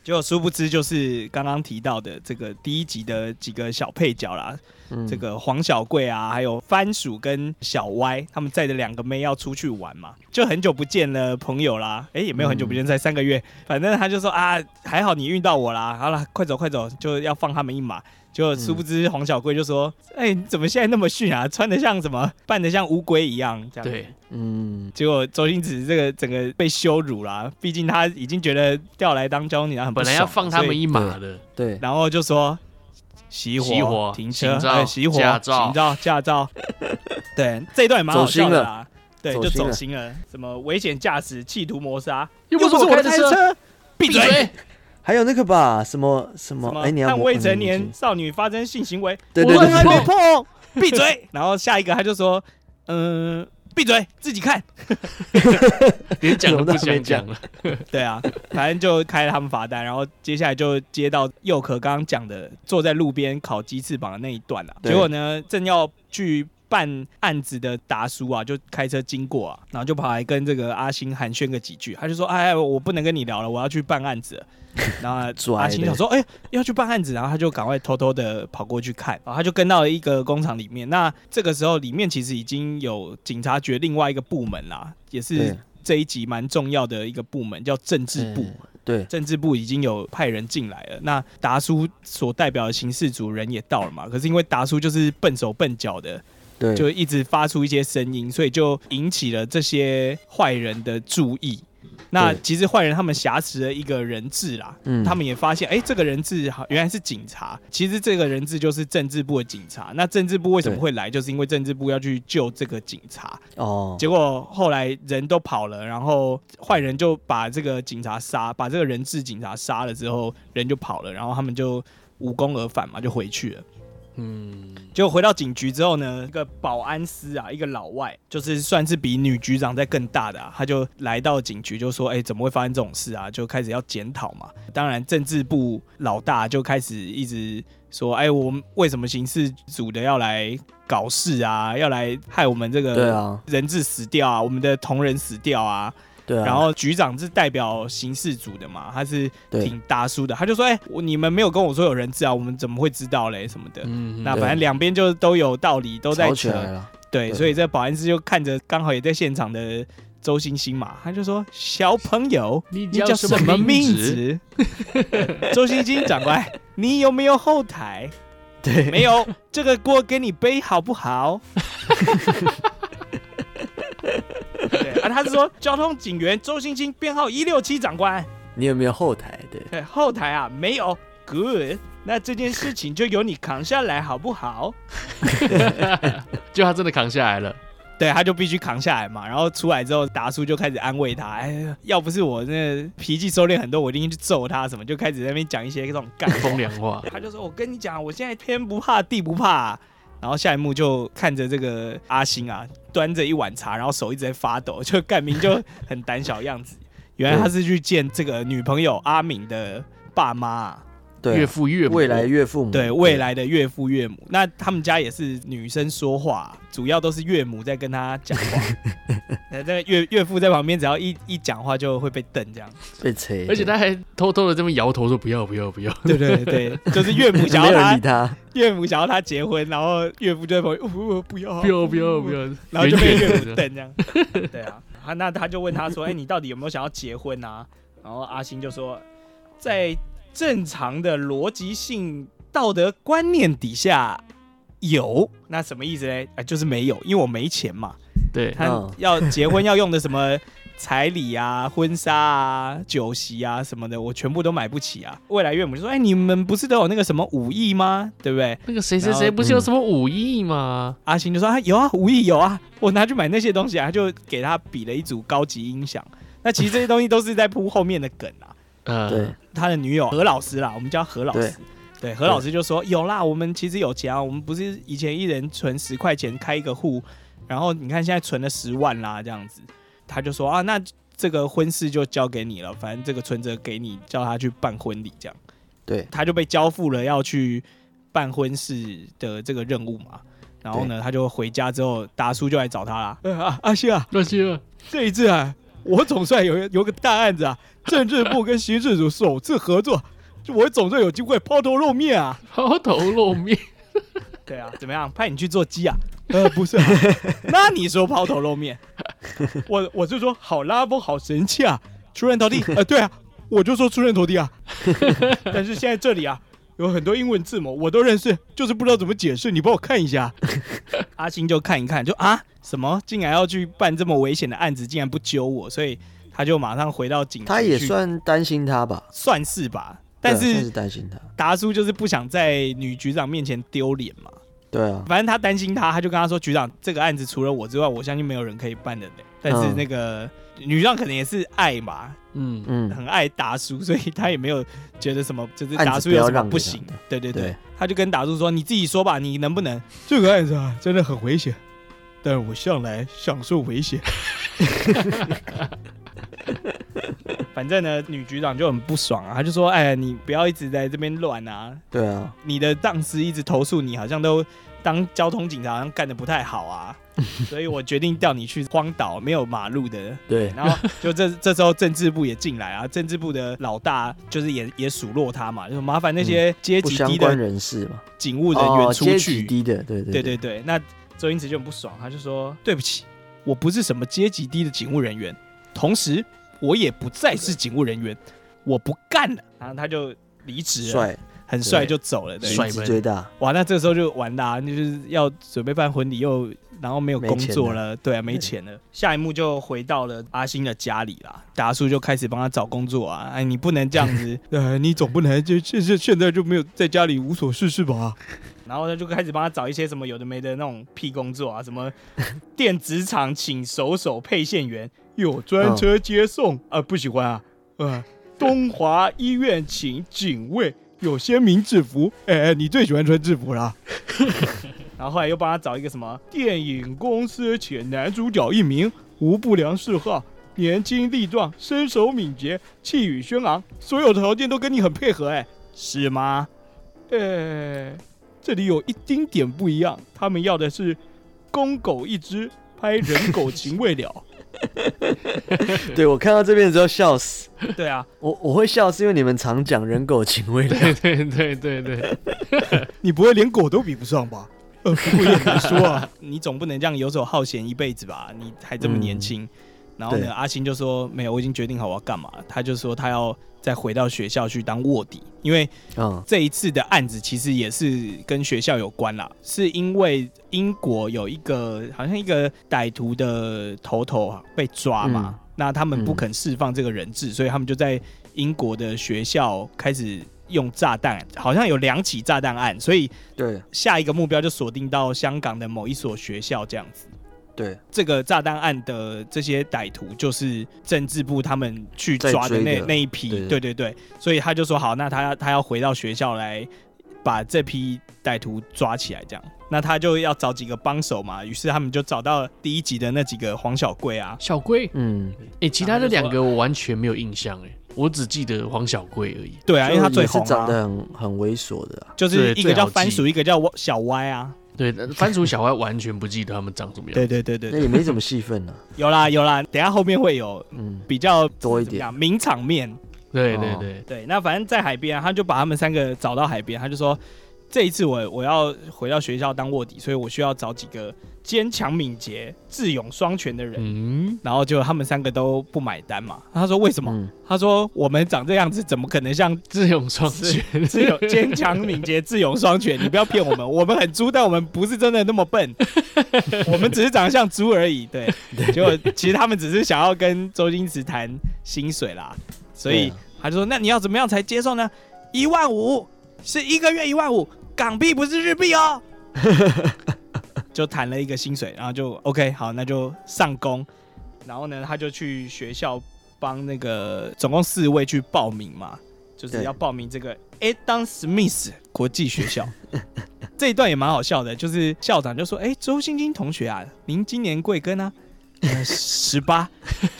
B: 结果殊不知就是刚刚提到的这个第一集的几个小配角啦，
C: 嗯，
B: 这个黄小贵啊，还有番薯跟小歪，他们载着两个妹要出去玩嘛，就很久不见了朋友啦，哎、也没有很久不见，才三个月，反正他就说啊，还好你遇到我啦，好了，快走快走，就要放他们一马。结果殊不知黄小贵就说，哎、你怎么现在那么逊啊，穿的像什么，扮的像乌龟一样，这样。
A: 对，
C: 嗯，
B: 结果周星驰这个整个被羞辱啦，毕竟他已经觉得调来当交女郎很不
A: 本来
B: 爽
A: 要放他
B: 所以
A: 们一马的，
C: 对，
B: 然后就说熄火、
A: 熄火
B: 停车、
A: 行照
B: 呃熄火、
A: 驾照
B: 行照、驾
A: [LAUGHS]
B: 照。对，这一段也蛮好笑的啦。对，
C: 走
B: 就
C: 心
B: 走
C: 了
B: 心了。什么危险驾驶、企图谋杀，
A: 又
B: 不
A: 不是我
B: 开
A: 的
B: 车，，闭
A: 闭
B: 嘴！
A: 嘴！
C: 还有那个吧，什么什么
B: 什，么
C: 哎，你要
B: 和
C: 摸
B: 未成年，
C: 嗯
B: 少女发生性行为，
C: 对
A: 我
C: 对
A: 乱
C: 对，
A: 碰
B: 碰，哦闭
C: [LAUGHS]
B: 嘴！然后下一个他就说，嗯、闭嘴，自己看。
A: 连讲都不
C: 什么都没
A: 想讲了。
B: 对啊，反正就开了他们罚单，然后接下来就接到佑可刚刚讲的坐在路边烤鸡翅膀的那一段啊。
C: 对
B: 结果呢，正要去办案子的达叔啊，就开车经过啊，然后就跑来跟这个阿星寒暄个几句，他就说：“哎，我不能跟你聊了，我要去办案子了。”然后
C: [LAUGHS] 拽
B: 阿星
C: 的
B: 想说：“哎，要去办案子。”然后他就赶快偷偷的跑过去看，哦然后他就跟到了一个工厂里面。那这个时候里面其实已经有警察局另外一个部门啦，也是
C: 对
B: 这一集蛮重要的一个部门，叫政治部。
C: 嗯对，
B: 政治部已经有派人进来了，那达叔所代表的刑事组人也到了嘛，可是因为达叔就是笨手笨脚的，
C: 对，
B: 就一直发出一些声音，所以就引起了这些坏人的注意。那
C: 对
B: 其实坏人他们挟持了一个人质啦，
C: 嗯
B: 他们也发现，哎、这个人质好原来是警察，其实这个人质就是政治部的警察。那政治部为什么
C: 对
B: 会来，就是因为政治部要去救这个警察，
C: 哦，
B: 结果后来人都跑了，然后坏人就把这个警察杀，把这个人质警察杀了之后，人就跑了，然后他们就无功而返嘛，就回去了。
A: 嗯，
B: 结果回到警局之后呢，一个保安司啊，一个老外，就是算是比女局长在更大的、啊，他就来到警局就说：“哎、怎么会发生这种事啊？”就开始要检讨嘛。当然，政治部老大就开始一直说：“哎、我们为什么刑事组的要来搞事啊？要来害我们这个
C: 对啊，
B: 人质死掉啊，我们的同仁死掉啊，
C: 对啊，
B: 然后局长是代表刑事组的嘛，他是
C: 对
B: 挺大叔的，他就说，哎、我你们没有跟我说有人质啊，我们怎么会知道嘞什么的。
A: 嗯，
B: 那
A: 嗯
B: 反正两边就都有道理，都在
C: 吵起
B: 扯。
C: 来了，
B: 对，
C: 对
B: 所以这保安师就看着刚好也在现场的周星星嘛，他就说：“小朋友，
A: 你
B: 你
A: 叫
B: 叫
A: 什
B: 什么
A: 么名
B: 名
A: 字
B: 字？” [LAUGHS] 周星星长官，你有没有后台？
C: 对，
B: 没有，这个锅给你背好不 [LAUGHS] 好？对啊，他是说交通警员周星星编号一六七长官，
C: 你有没有后台？对，
B: 对后台啊没有，good，那这件事情就由你扛下来好不好？
A: 就他真的扛下来了。
B: 对，他就必须扛下来嘛。然后出来之后，达叔就开始安慰他，哎，要不是我那脾气收敛很多，我一定去揍他什么，就开始在那边讲一些这种干话
A: 风凉话，
B: [LAUGHS] 他就说：“我跟你讲，我现在天不怕地不怕啊、然后下一幕就看着这个阿星啊，端着一碗茶，然后手一直在发抖，就干明就很胆小的样子。原来他是去见这个女朋友阿敏的爸妈啊、
C: 对啊，
A: 岳父岳母，
C: 未来岳父母，
B: 对未来的岳父岳母。那他们家也是女生说话，主要都是岳母在跟他讲话。那这个岳岳父在旁边，只要一一讲话就会被瞪这样。
C: 被催，
A: 而且他还偷偷的这么摇头说不要不要不要，
B: 对对对，就是岳母
C: 对
B: 想
C: [LAUGHS]
B: 要
C: 没有人
B: 他
C: 理，他，
B: 岳母想要他结婚，然后岳父就在旁边，哦不要啊
A: 不要不要不要，
B: 然后就被
A: 远远
B: 岳
A: 的
B: 母瞪
A: [LAUGHS]
B: 这样。对啊，他那他就问他说：“哎、你到底有没有想要结婚啊？”然后阿星就说：“在正常的逻辑性道德观念底下，有那什么意思嘞？哎、就是没有，因为我没钱嘛。
A: 对，
B: 他
C: 嗯
B: 要结婚要用的什么彩礼啊、 [LAUGHS] 婚纱啊、酒席啊什么的，我全部都买不起啊。未来岳母就说：“哎，你们不是都有那个什么五亿吗？对不对
A: 那个谁谁
B: 然后
A: 谁不是有
C: 嗯
A: 什么武艺吗？”
B: 阿星就说：“啊，有啊，五亿有啊，我拿去买那些东西啊。”他就给他比了一组高级音响。那其实这些东西都是在铺后面的梗啊。
A: 呃，
C: 对，
B: 他的女友何老师啦，我们叫何老师。对，何老师就说有啦，我们其实有钱啊，我们不是以前一人存十块钱开一个户，然后你看现在存了十万啦，这样子，他就说啊，那这个婚事就交给你了，反正这个存折给你，叫他去办婚礼，这样
C: 对，
B: 他就被交付了要去办婚事的这个任务嘛。然后呢，他就回家之后，达叔就来找他啦。呃 [LAUGHS] 啊，阿星啊，
A: 乱七了，
B: 这一次啊，我总算有有个大案子啊，政治部跟刑事组首次合作，我总算有机会抛头露面啊。
A: 抛头露面，
B: 对啊，怎么样？派你去做鸡啊？呃，不
C: [LAUGHS]
B: 是、啊，那你说抛头露面？我我就说好拉风，好神气啊，出人头
C: [LAUGHS]
B: 地。呃，对啊，我就说出人头地啊。 [LAUGHS] 但是现在这里啊，有很多英文字母我都认识，就是不知道怎么解释，你帮我看一
C: [LAUGHS]
B: 下。阿星就看一看，就啊，什么竟然要去办这么危险的案子，竟然不揪我，所以他就马上回到警局去，
C: 他也算担心他吧，
B: 算是吧。但
C: 对啊算
B: 是
C: 是担心他，
B: 达叔就是不想在女局长面前丢脸嘛。
C: 对啊，
B: 反正他担心他，他就跟他说：“局长，这个案子除了我之外，我相信没有人可以办得了。”但是
C: 嗯
B: 那个、女局长可能也是爱嘛，
A: 嗯，
C: 嗯，
B: 很爱达叔，所以他也没有觉得什么，就是
C: 案子
B: 达叔有
C: 不要
B: 什么
C: 让给
B: 不行
C: 他。
B: 对对对，
C: 对
B: 他就跟达叔说：“你自己说吧，你能不能？这个案子啊，真的很危险，但我向来享受危险。”反正呢，女局长就很不爽啊，他就说：“哎，你不要一直在这边乱啊，
C: 对啊，
B: 你的上司一直投诉你，好像都当交通警察，好像干的不太好
C: [LAUGHS]
B: 啊，所以我决定调你去荒岛没有马路的。
C: 对，
B: 然后就这 [LAUGHS] 这时候政治部也进来啊，政治部的老大就是也也数落他嘛，就是麻烦那些阶
C: 嗯不
B: 级
C: 相
B: 低
C: 关
B: 的
C: 人士嘛，
B: 警务人员
C: 哦
B: 出
C: 阶级
B: 去。
C: 低的，对
B: 对
C: 对
B: 对对，那周星驰就很不爽，他就说：“对不起，我不是什么阶级低的警务人员，同时我也不再是警务人员，我不干了。”然后他就离职了，
C: 帅
B: 很帅
C: 对
B: 就走了，对
A: 帅
C: 颜值
A: 门
C: 最大，
B: 哇，那这时候就完啦、就是要准备办婚礼，又然后没有工作了，对啊，没钱了。下一幕就回到了阿星的家里啦，达叔就开始帮他找工作啊，哎，你不能这样 [LAUGHS] 子，呃，你总不能就现现现在就没有在家里无所事事吧？然后他就开始帮他找一些什么有的没的那种屁工作啊，什 [LAUGHS] 么电子厂请手手配线员，有专车接送，啊，不喜欢啊，呃，东华医院请警卫，有鲜明制服，哎、哎你最喜欢穿制服啦。 [LAUGHS] 然后后来又帮他找一个什么电影公司，请男主角一名，无不良嗜好，年轻力壮，身手敏捷，气宇轩昂，所有条件都跟你很配合、哎，是吗？呃、这里有一丁点不一样，他们要的是公狗一只，拍人狗情未了。
C: 对我看到这边的时候笑死，
B: 对啊，
C: 我我会笑是因为你们常讲人狗情未 [LAUGHS] 了，
A: 对对对对对，
B: 你不会连狗都比不上 [LAUGHS] 吧？呃，不过也难说啊， [LAUGHS] 你总不能这样游手好闲一辈子吧？你还这么年轻。然后
C: 对
B: 呢，阿星就说没有，我已经决定好我要干嘛了。他就说他要再回到学校去当卧底，因为
C: 嗯，
B: 这一次的案子其实也是跟学校有关啦，是因为英国有一个好像一个歹徒的头头啊被抓嘛，那他们不肯释放这个人质，所以他们就在英国的学校开始用炸弹，好像有两起炸弹案，所以
C: 对
B: 下一个目标就锁定到香港的某一所学校这样子。
C: 对，
B: 这个炸弹案的这些歹徒，就是政治部他们去抓的
C: 在
B: 那
C: 追的
B: 那一批，
C: 对
B: 对对对，所以他就说好，那他他要回到学校来把这批歹徒抓起来，这样，那他就要找几个帮手嘛，于是他们就找到第一集的那几个黄小贵啊，
A: 小龟，
C: 嗯，
A: 哎，其他的两个我完全没有印象，哎，我只记得黄小龟而已。
B: 对啊，因为他最
C: 就
B: 红
C: 也是长
B: 啊，
C: 得很很猥琐的啊，
B: 就是
A: 对
B: 一个
A: 最
B: 叫
A: 好记
B: 番薯，一个叫小歪啊，
A: 对，番薯小孩完全不记得他们长什么样。
B: 对对对对
C: 那
B: 对，
C: 也没什么戏份啊，
B: 有啦有啦，等一下后面会有 [LAUGHS]
C: 嗯，
B: 比较
C: 多一
B: 怎么
C: 点，
B: 样名场面，
A: 对
C: 哦
A: 对对，
B: 对，那反正在海边啊、他就把他们三个找到海边，他就说：“这一次我我要回到学校当卧底，所以我需要找几个坚强、敏捷、智勇双全的人。
A: 嗯，
B: 然后就他们三个都不买单嘛。他说为什么？
C: 嗯
B: 他说我们长这样子，怎么可能像
A: 智勇双全， [LAUGHS]
B: 智勇坚强、敏捷、智勇双全？你不要骗我们，我们很猪，但我们不是真的那么笨，我们只是长得像猪而已。对，结果其实他们只是想要跟周星驰谈薪水啦，所以
C: 对啊
B: 他就说：“那你要怎么样才接受呢？一万五是一个月一万五，港币不是日币哦。”
C: [LAUGHS]
B: 就谈了一个薪水，然后就 OK，好，那就上工。然后呢，他就去学校帮那个总共四位去报名嘛，就是
C: 对
B: 要报名这个 Adam Smith 国际学校。这一段也蛮好笑的，就是校长就说：“哎、周星星同学啊，您今年贵庚啊？十八，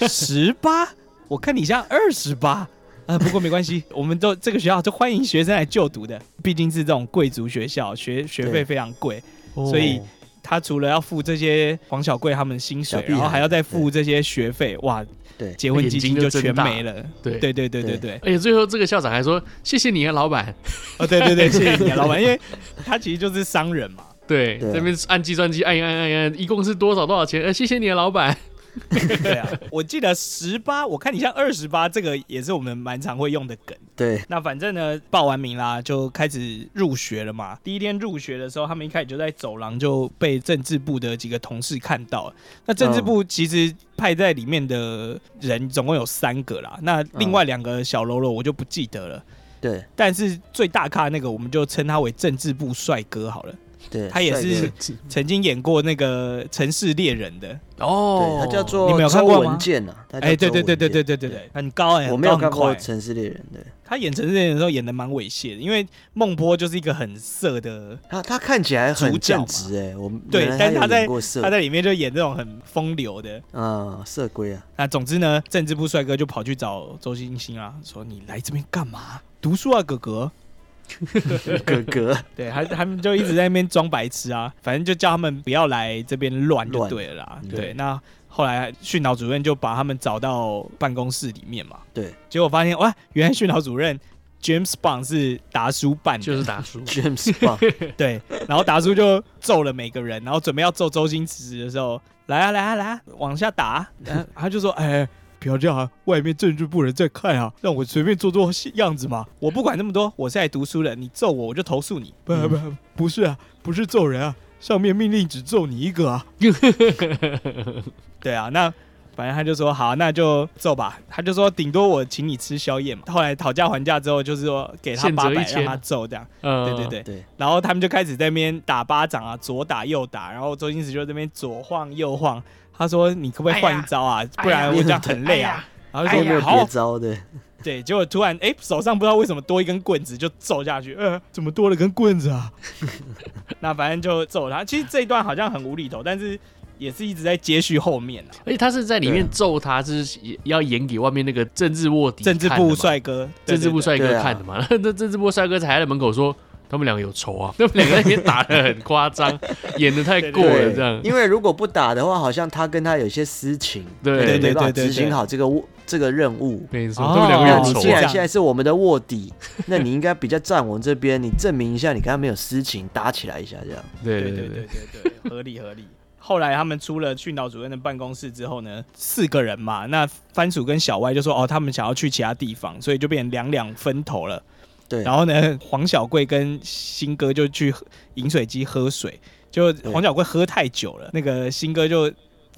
B: 十八，我看你像二十八。”啊，不过没关系，我们都这个学校就欢迎学生来就读的，毕竟是这种贵族学校，学学费
C: 对
B: 非常贵。
A: 哦
B: 所以他除了要付这些黄小贵他们的薪水
C: 小，屁孩
B: 然后还要再付这些学费，哇，
C: 对
B: 结婚基金就
A: 眼睛就睁
B: 全
A: 大
B: 没了。
A: 对
B: 对对对对
C: 对
B: 对，
A: 而且最后这个校长还说：“谢谢你啊，老板。
B: [LAUGHS] 哦对对对，谢谢你啊，老板，因为他其实就是商人嘛。”
A: 对，
C: 对啊
A: 这边按计算机按一按按一按，一共是多少多少钱？呃，谢谢你啊，老板。
B: 对啊，我记得十八，我看你像二十八，这个也是我们蛮常会用的梗。
C: 对，
B: 那反正呢，报完名啦，就开始入学了嘛。第一天入学的时候，他们一开始就在走廊就被政治部的几个同事看到了。那政治部其实派在里面的人总共有三个啦，那另外两个小喽啰我就不记得了。
C: 对
B: 但是最大咖那个，我们就称他为政治部帅哥好了。
C: 对，
B: 他也是
C: 帅哥
B: 曾经演过那个《城市猎人》的，
A: 哦
C: 对，他叫
B: 你
C: 做
B: 们有看
C: 周
B: 过吗
C: 文健啊，他叫
B: 哎、对
C: 周
B: 对对
C: 文
B: 对对
C: 健，
B: 对对对，很高哎、
C: 我没有
B: 很高
C: 看
B: 很
C: 过
B: 快
C: 《城市猎人》，对，
B: 他演《城市猎人》的时候演的蛮猥亵的，因为孟波就是一个很色的
C: 他他看起来
B: 主
C: 很
B: 角
C: 正
B: 嘛
C: 直哎，我们
B: 对
C: 原来
B: 但是他
C: 他有
B: 在
C: 演过色
B: 他在里面就演这种很风流的。
C: 啊色
B: [LAUGHS]
C: 龟啊，
B: 那总之呢，政治部帅哥就跑去找周星星啊，说你来这边干嘛？读书啊，哥哥。
C: 哥哥啊
B: [LAUGHS] 对，他他们就一直在那边装白痴啊，反正就叫他们不要来这边乱就
C: 乱嗯
B: 对了啦。
C: 对
B: 对，那后来训导主任就把他们找到办公室里面嘛，
C: 对
B: 结果发现哇，原来训导主任 James Bond 是达叔扮的，
A: 就是
B: [LAUGHS]
A: 达叔。
C: James Bond，
B: 对，然后达叔就揍了每个人，然后准备要揍周星驰的时候，来啊来啊来啊，往下打啊、然后他就说：“哎，不要这样啊，外面政治部人在看啊，让我随便做做样子嘛，我不管那么多，我是来读书的，你揍我我就投诉你。不不不是啊，不是揍人啊，上面命令只揍你一
A: [LAUGHS]
B: 个啊。对啊，那。”反正他就说好，那就揍吧。他就说顶多我请你吃宵夜嘛。后来讨价还价之后，就是说给他
A: 现折
B: 八百，
A: 1000
B: 让他揍这样。
A: 嗯，
B: 对对对，
C: 对
B: 然后他们就开始在那边打巴掌啊，左打右打，然后周星驰就在那边左晃右晃。他说：“你可不可以换一招啊？
A: 哎
B: 不然我这样很累啊。然后
C: 他
B: 就
C: 有没
B: 说：“
C: 有
B: 好
C: 别，招的？
B: 对。”结果突然，哎，手上不知道为什么多一根棍子，就揍下去。呃，怎么多了根棍子啊？ [LAUGHS] 那反正就揍他。其实这一段好像很无厘头，但是也是一直在接续后面啊。
A: 而且他是在里
C: 对
A: 面
C: 啊
A: 揍他，就是也要演给外面那个政治卧底看
B: [LAUGHS] 政
A: 的
B: 治
A: 嘛、
B: 部帅哥，对
A: 政治部，帅
C: 对
A: 哥
C: 啊
A: 看的嘛。那、 [LAUGHS] 政治部帅哥才还在门口说，他们两个有仇啊， [LAUGHS] 他们两个在那边打的很夸
B: [LAUGHS]
A: 张，演的太过了
C: 对
A: 这样。
C: 因为如果不打的话，好像他跟他有一些私情，
A: 对
C: 没
B: 对对
C: 办法
B: 对
C: 执行
B: 对
C: 好这个务这个任务。
A: 没错，
B: 哦
A: 他们两个
C: 那
A: 有
C: 你
A: 仇
C: 既
A: 啊。
C: 然
B: 这样
C: 现在是我们的
B: [LAUGHS]
C: 卧底，那你应该比较站我们这边，你证明一下你跟他没有私情，打起来一下这样。
A: 对对
B: 对
A: 嗯
B: 对对对对，合理合理。 [LAUGHS] 后来他们出了训导主任的办公室之后呢，四个人嘛，那番薯跟小歪就说哦，他们想要去其他地方，所以就变成两两分头了。
C: 对
B: 然后呢，黄小贵跟新哥就去喝饮水机喝水，就黄小贵喝太久了，那个新哥就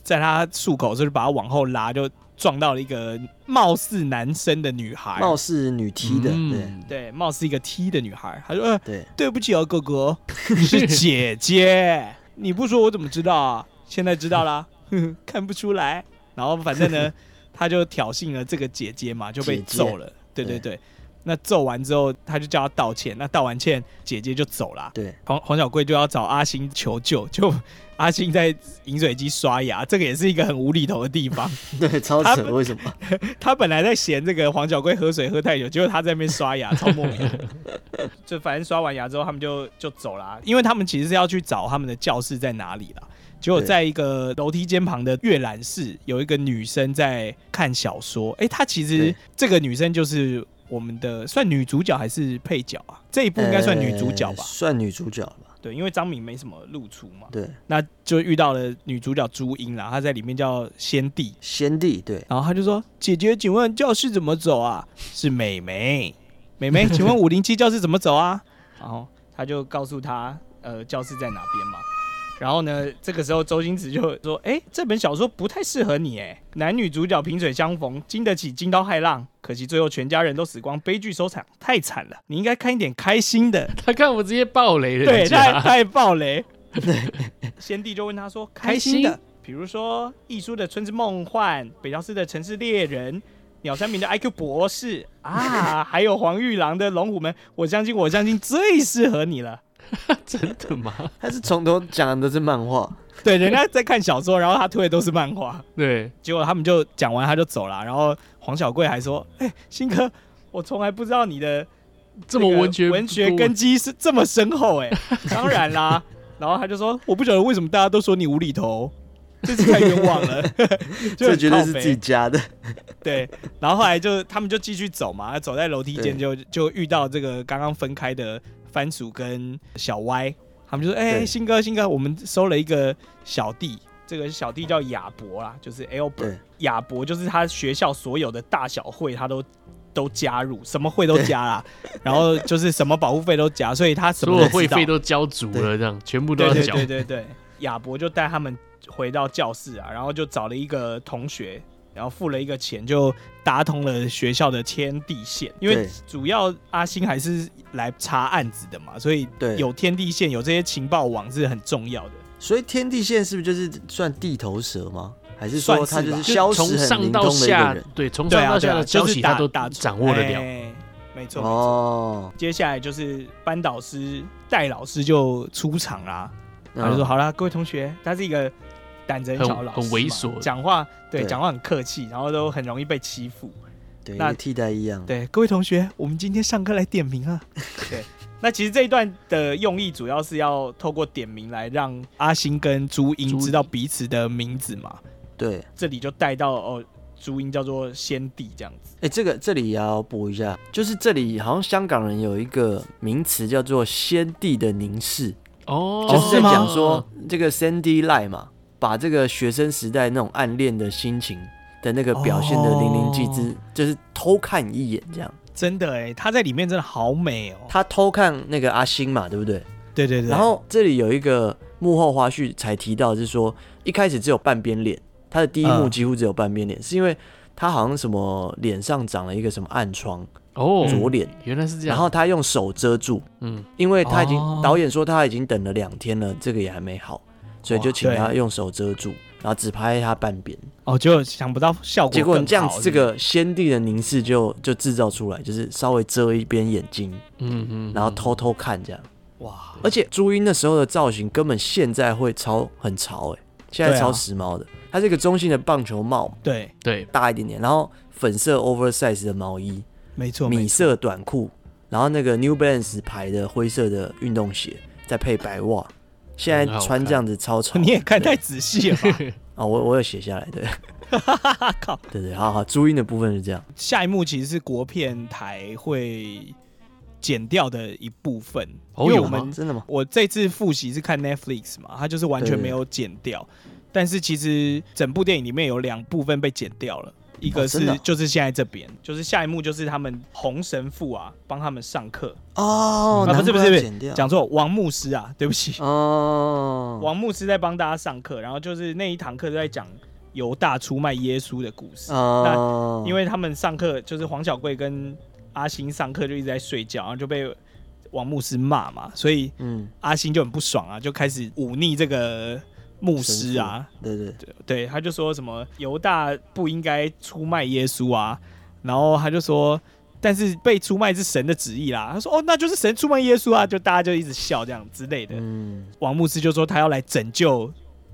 B: 在他漱口的时候就把他往后拉，就撞到了一个貌似男生的女孩，
C: 貌似女踢的，对
A: 嗯
B: 对，貌似一个 T 的女孩，他说、呃、
C: 对
B: 对不起哦，哥
C: [LAUGHS]
B: 哥，是姐姐。你不说我怎么知道啊？现在知道啦， [LAUGHS] 哼哼看不出来。然后反正
C: [LAUGHS]
B: 呢，他就挑衅了这个姐姐嘛，就被
C: 姐姐
B: 揍了。对对对，那揍完之后，他就叫他道歉。那道完歉，姐姐就走啦。
C: 对
B: 黄黄小贵就要找阿星求救，就阿星在饮水机刷牙，这个也是一个很无厘头的地方。
C: [LAUGHS] 对，超
B: 他
C: 扯，为什
B: [LAUGHS]
C: 么？
B: 他本来在嫌这个黄小贵喝水喝太久，结果他在那边刷
C: [LAUGHS]
B: 牙，超莫名的。就反正刷完牙之后，他们就就走啦，因为他们其实是要去找他们的教室在哪里啦。结果
C: 对
B: 在一个楼梯间旁的阅览室，有一个女生在看小说。诶，她其实
C: 对
B: 这个女生就是我们的算女主角还是配角啊？这一部应该算女主角吧
C: 呃？算女主角吧，
B: 对，因为张敏没什么露出嘛，
C: 对，
B: 那就遇到了女主角朱茵啦，她在里面叫先帝，
C: 先帝，对，
B: 然后她就说：“姐姐，请问教室怎么走啊？”是美眉，美 [LAUGHS] 眉，请问五零七教室怎么走啊？然后她就告诉她，呃，教室在哪边嘛。然后呢，这个时候周星驰就说：“哎，这本小说不太适合你，哎，男女主角萍水相逢，经得起惊涛骇浪，可惜最后全家人都死光，悲剧收场，太惨了。你应该看一点开心的。”
A: 他看我直接爆雷了，
B: 对，
A: 人家
B: 太太暴
A: [LAUGHS]
B: 雷。先帝就问他说：“
A: 开
B: 开
A: 心
B: 心的，比如说艺术的《春之梦幻》，北条司的《城市猎人》，鸟山明的《IQ 博士》啊，还有黄玉郎的《龙虎门》，我相信，我相信最适合你了。
A: [LAUGHS] 真的吗？
C: 他是从头讲的都是漫画，
B: 对，人家在看小说，然后他推的都是漫画，
A: 对，
B: 结果他们就讲完他就走了。然后黄小贵还说：‘哎、新哥，我从来不知道你的
A: 这么
B: 个
A: 文学
B: 文学根基是这么深厚哎、当然啦。然后他就说，我不晓得为什么大家都说你无厘头，这次太冤枉 [LAUGHS] 了， [LAUGHS] 就
C: 这
B: 很
C: 绝对
B: 靠
C: 是
B: 北
C: 自己加的，
B: 对。然后后来就他们就继续走嘛，走在楼梯间就就遇到这个刚刚分开的番薯跟小歪，他们就说，哎、
C: 对
B: 新哥新哥，我们收了一个小弟。这个小弟叫亚伯啦，就是 Albert
C: 对。
B: 亚伯就是他学校所有的大小会，他都都加入，什么会都加啦。然后就是什么保护费都加，所以他什么
A: 所有
C: [LAUGHS]
B: 都
A: 会
B: 知道
C: 啊
A: 费都交足了，这样全部都
B: 对
A: 要
B: 对
A: 缴。
B: 对对对，亚伯就带他们回到教室啊，然后就找了一个同学，然后付了一个钱，就打通了学校的天地线。因为
C: 对
B: 主要阿星还是来查案子的嘛，所以
C: 对
B: 有天地线，有这些情报网是很重要的。
C: 所以天地线是不是就是算地头蛇吗？还是说他
B: 算是
C: 就
B: 吧
C: 是
A: 就
C: 消
A: 从
C: 失很
A: 上
C: 灵
A: 到
C: 通的一
A: 下
C: 个人？，
A: 对，从
B: 对
A: 上
B: 啊，
A: 到
B: 对
A: 下
B: 啊，
A: 的
B: 就
A: 消
B: 是
A: 息
B: 打
A: 他都
B: 打出
A: 掌握得了。
B: 哎没错，没错。
C: 哦，
B: 接下来就是班导师戴老师就出场啦，他就说：“
C: 嗯
B: 好啦，各位同学，他是一个胆子很小的
A: 很
B: 老师嘛
A: 很猥琐
B: 讲话对
C: 对嗯
B: 讲话很客气，然后都很容易被欺负。
C: 对，
B: 那
C: 跟替代一样，
B: 对，各位同学，我们今天上课来点名
C: [LAUGHS]
B: 啊。对，那其实这一段的用意主要是要透过点名来让阿星跟朱
A: 朱
B: 茵
A: 茵
B: 知道彼此的名字嘛。
C: 对，
B: 这里就带到哦，朱茵叫做先帝这样子。
C: 哎，这个这里也要补一下，就是这里好像香港人有一个名词叫做“先帝的凝视”，
A: 哦，
C: 就是嗯在
B: 是吗
C: 讲说这个 Sandy Lie 嘛，把这个学生时代那种暗恋的心情的那个表现的淋漓尽致，就是偷看一眼这样。
B: 真的哎，她在里面真的好美哦。
C: 欸他偷看那个阿星嘛，对不对？
B: 对对对，
C: 然后这里有一个幕后花絮才提到，是说一开始只有半边脸，他的第一幕
B: 嗯
C: 几乎只有半边脸，是因为他好像什么脸上长了一个什么暗疮，
A: 哦，
C: 左脸，
A: 原来是这样。
C: 然后他用手遮住，
A: 嗯，
C: 因为他已经、
B: 哦
C: 导演说他已经等了两天了，这个也还没好，所以就
B: 哇
C: 请他
B: 对
C: 用手遮住，然后只拍他半边。
B: 哦，就想不到效果
C: 结果你这样
B: 更
C: 子，
B: 好
C: 这个先帝的凝视就就制造出来，就是稍微遮一边眼睛，
A: 嗯嗯，
C: 然后偷偷看这样。
B: 哇，
C: 而且朱茵那时候的造型根本现在会超很潮哎、现在
B: 对啊
C: 超时髦的。它是一个中性的棒球帽，
B: 对，
A: 对， [LAUGHS]
C: 大一点点，然后粉色 oversize 的毛衣，
B: 没错，
C: 米
B: 没错，
C: 色短裤，然后那个 New Balance 牌的灰色的运动鞋，再配白袜。现
A: 很好看
C: 在穿这样子超潮，
B: [LAUGHS] 你也看太仔细
A: [LAUGHS]
B: 了吧？
C: 啊、我我有写下来，对，
B: 啊 [LAUGHS] 靠！
C: 对对，好好，朱茵的部分是这样，
B: 下一幕其实是国片台会剪掉的一部分，
A: 哦
B: 因为
A: 有
B: 我
A: 吗
B: 们
C: 真的吗？
B: 我这次复习是看 Netflix 嘛，它就是完全没有剪掉。但是其实整部电影里面有两部分被剪掉了，一个
C: 真
B: 是、
C: 的啊
B: 就是现在这边，就是下一幕就是他们红神父啊帮他们上课，啊
C: 哦，
B: 不是
C: 难
B: 不是
C: 怪
B: 不
C: 要
B: 是
C: 剪掉
B: 讲错王牧师啊，对不起，
C: 哦，
B: 王牧师在帮大家上课，然后就是那一堂课就在讲犹大出卖耶稣的故事。
C: 哦，
B: 因为他们上课就是黄小贵跟阿星上课就一直在睡觉，然后就被王牧师骂嘛，所以
C: 嗯，
B: 阿星就很不爽啊，就开始忤逆这个牧师啊，
C: 对对，
B: 对，他就说什么犹大不应该出卖耶稣啊，然后他就说。但是被出卖是神的旨意啦，他说哦，那就是神出卖耶稣啊，就大家就一直笑这样之类的。
C: 嗯，
B: 王牧师就说他要来拯救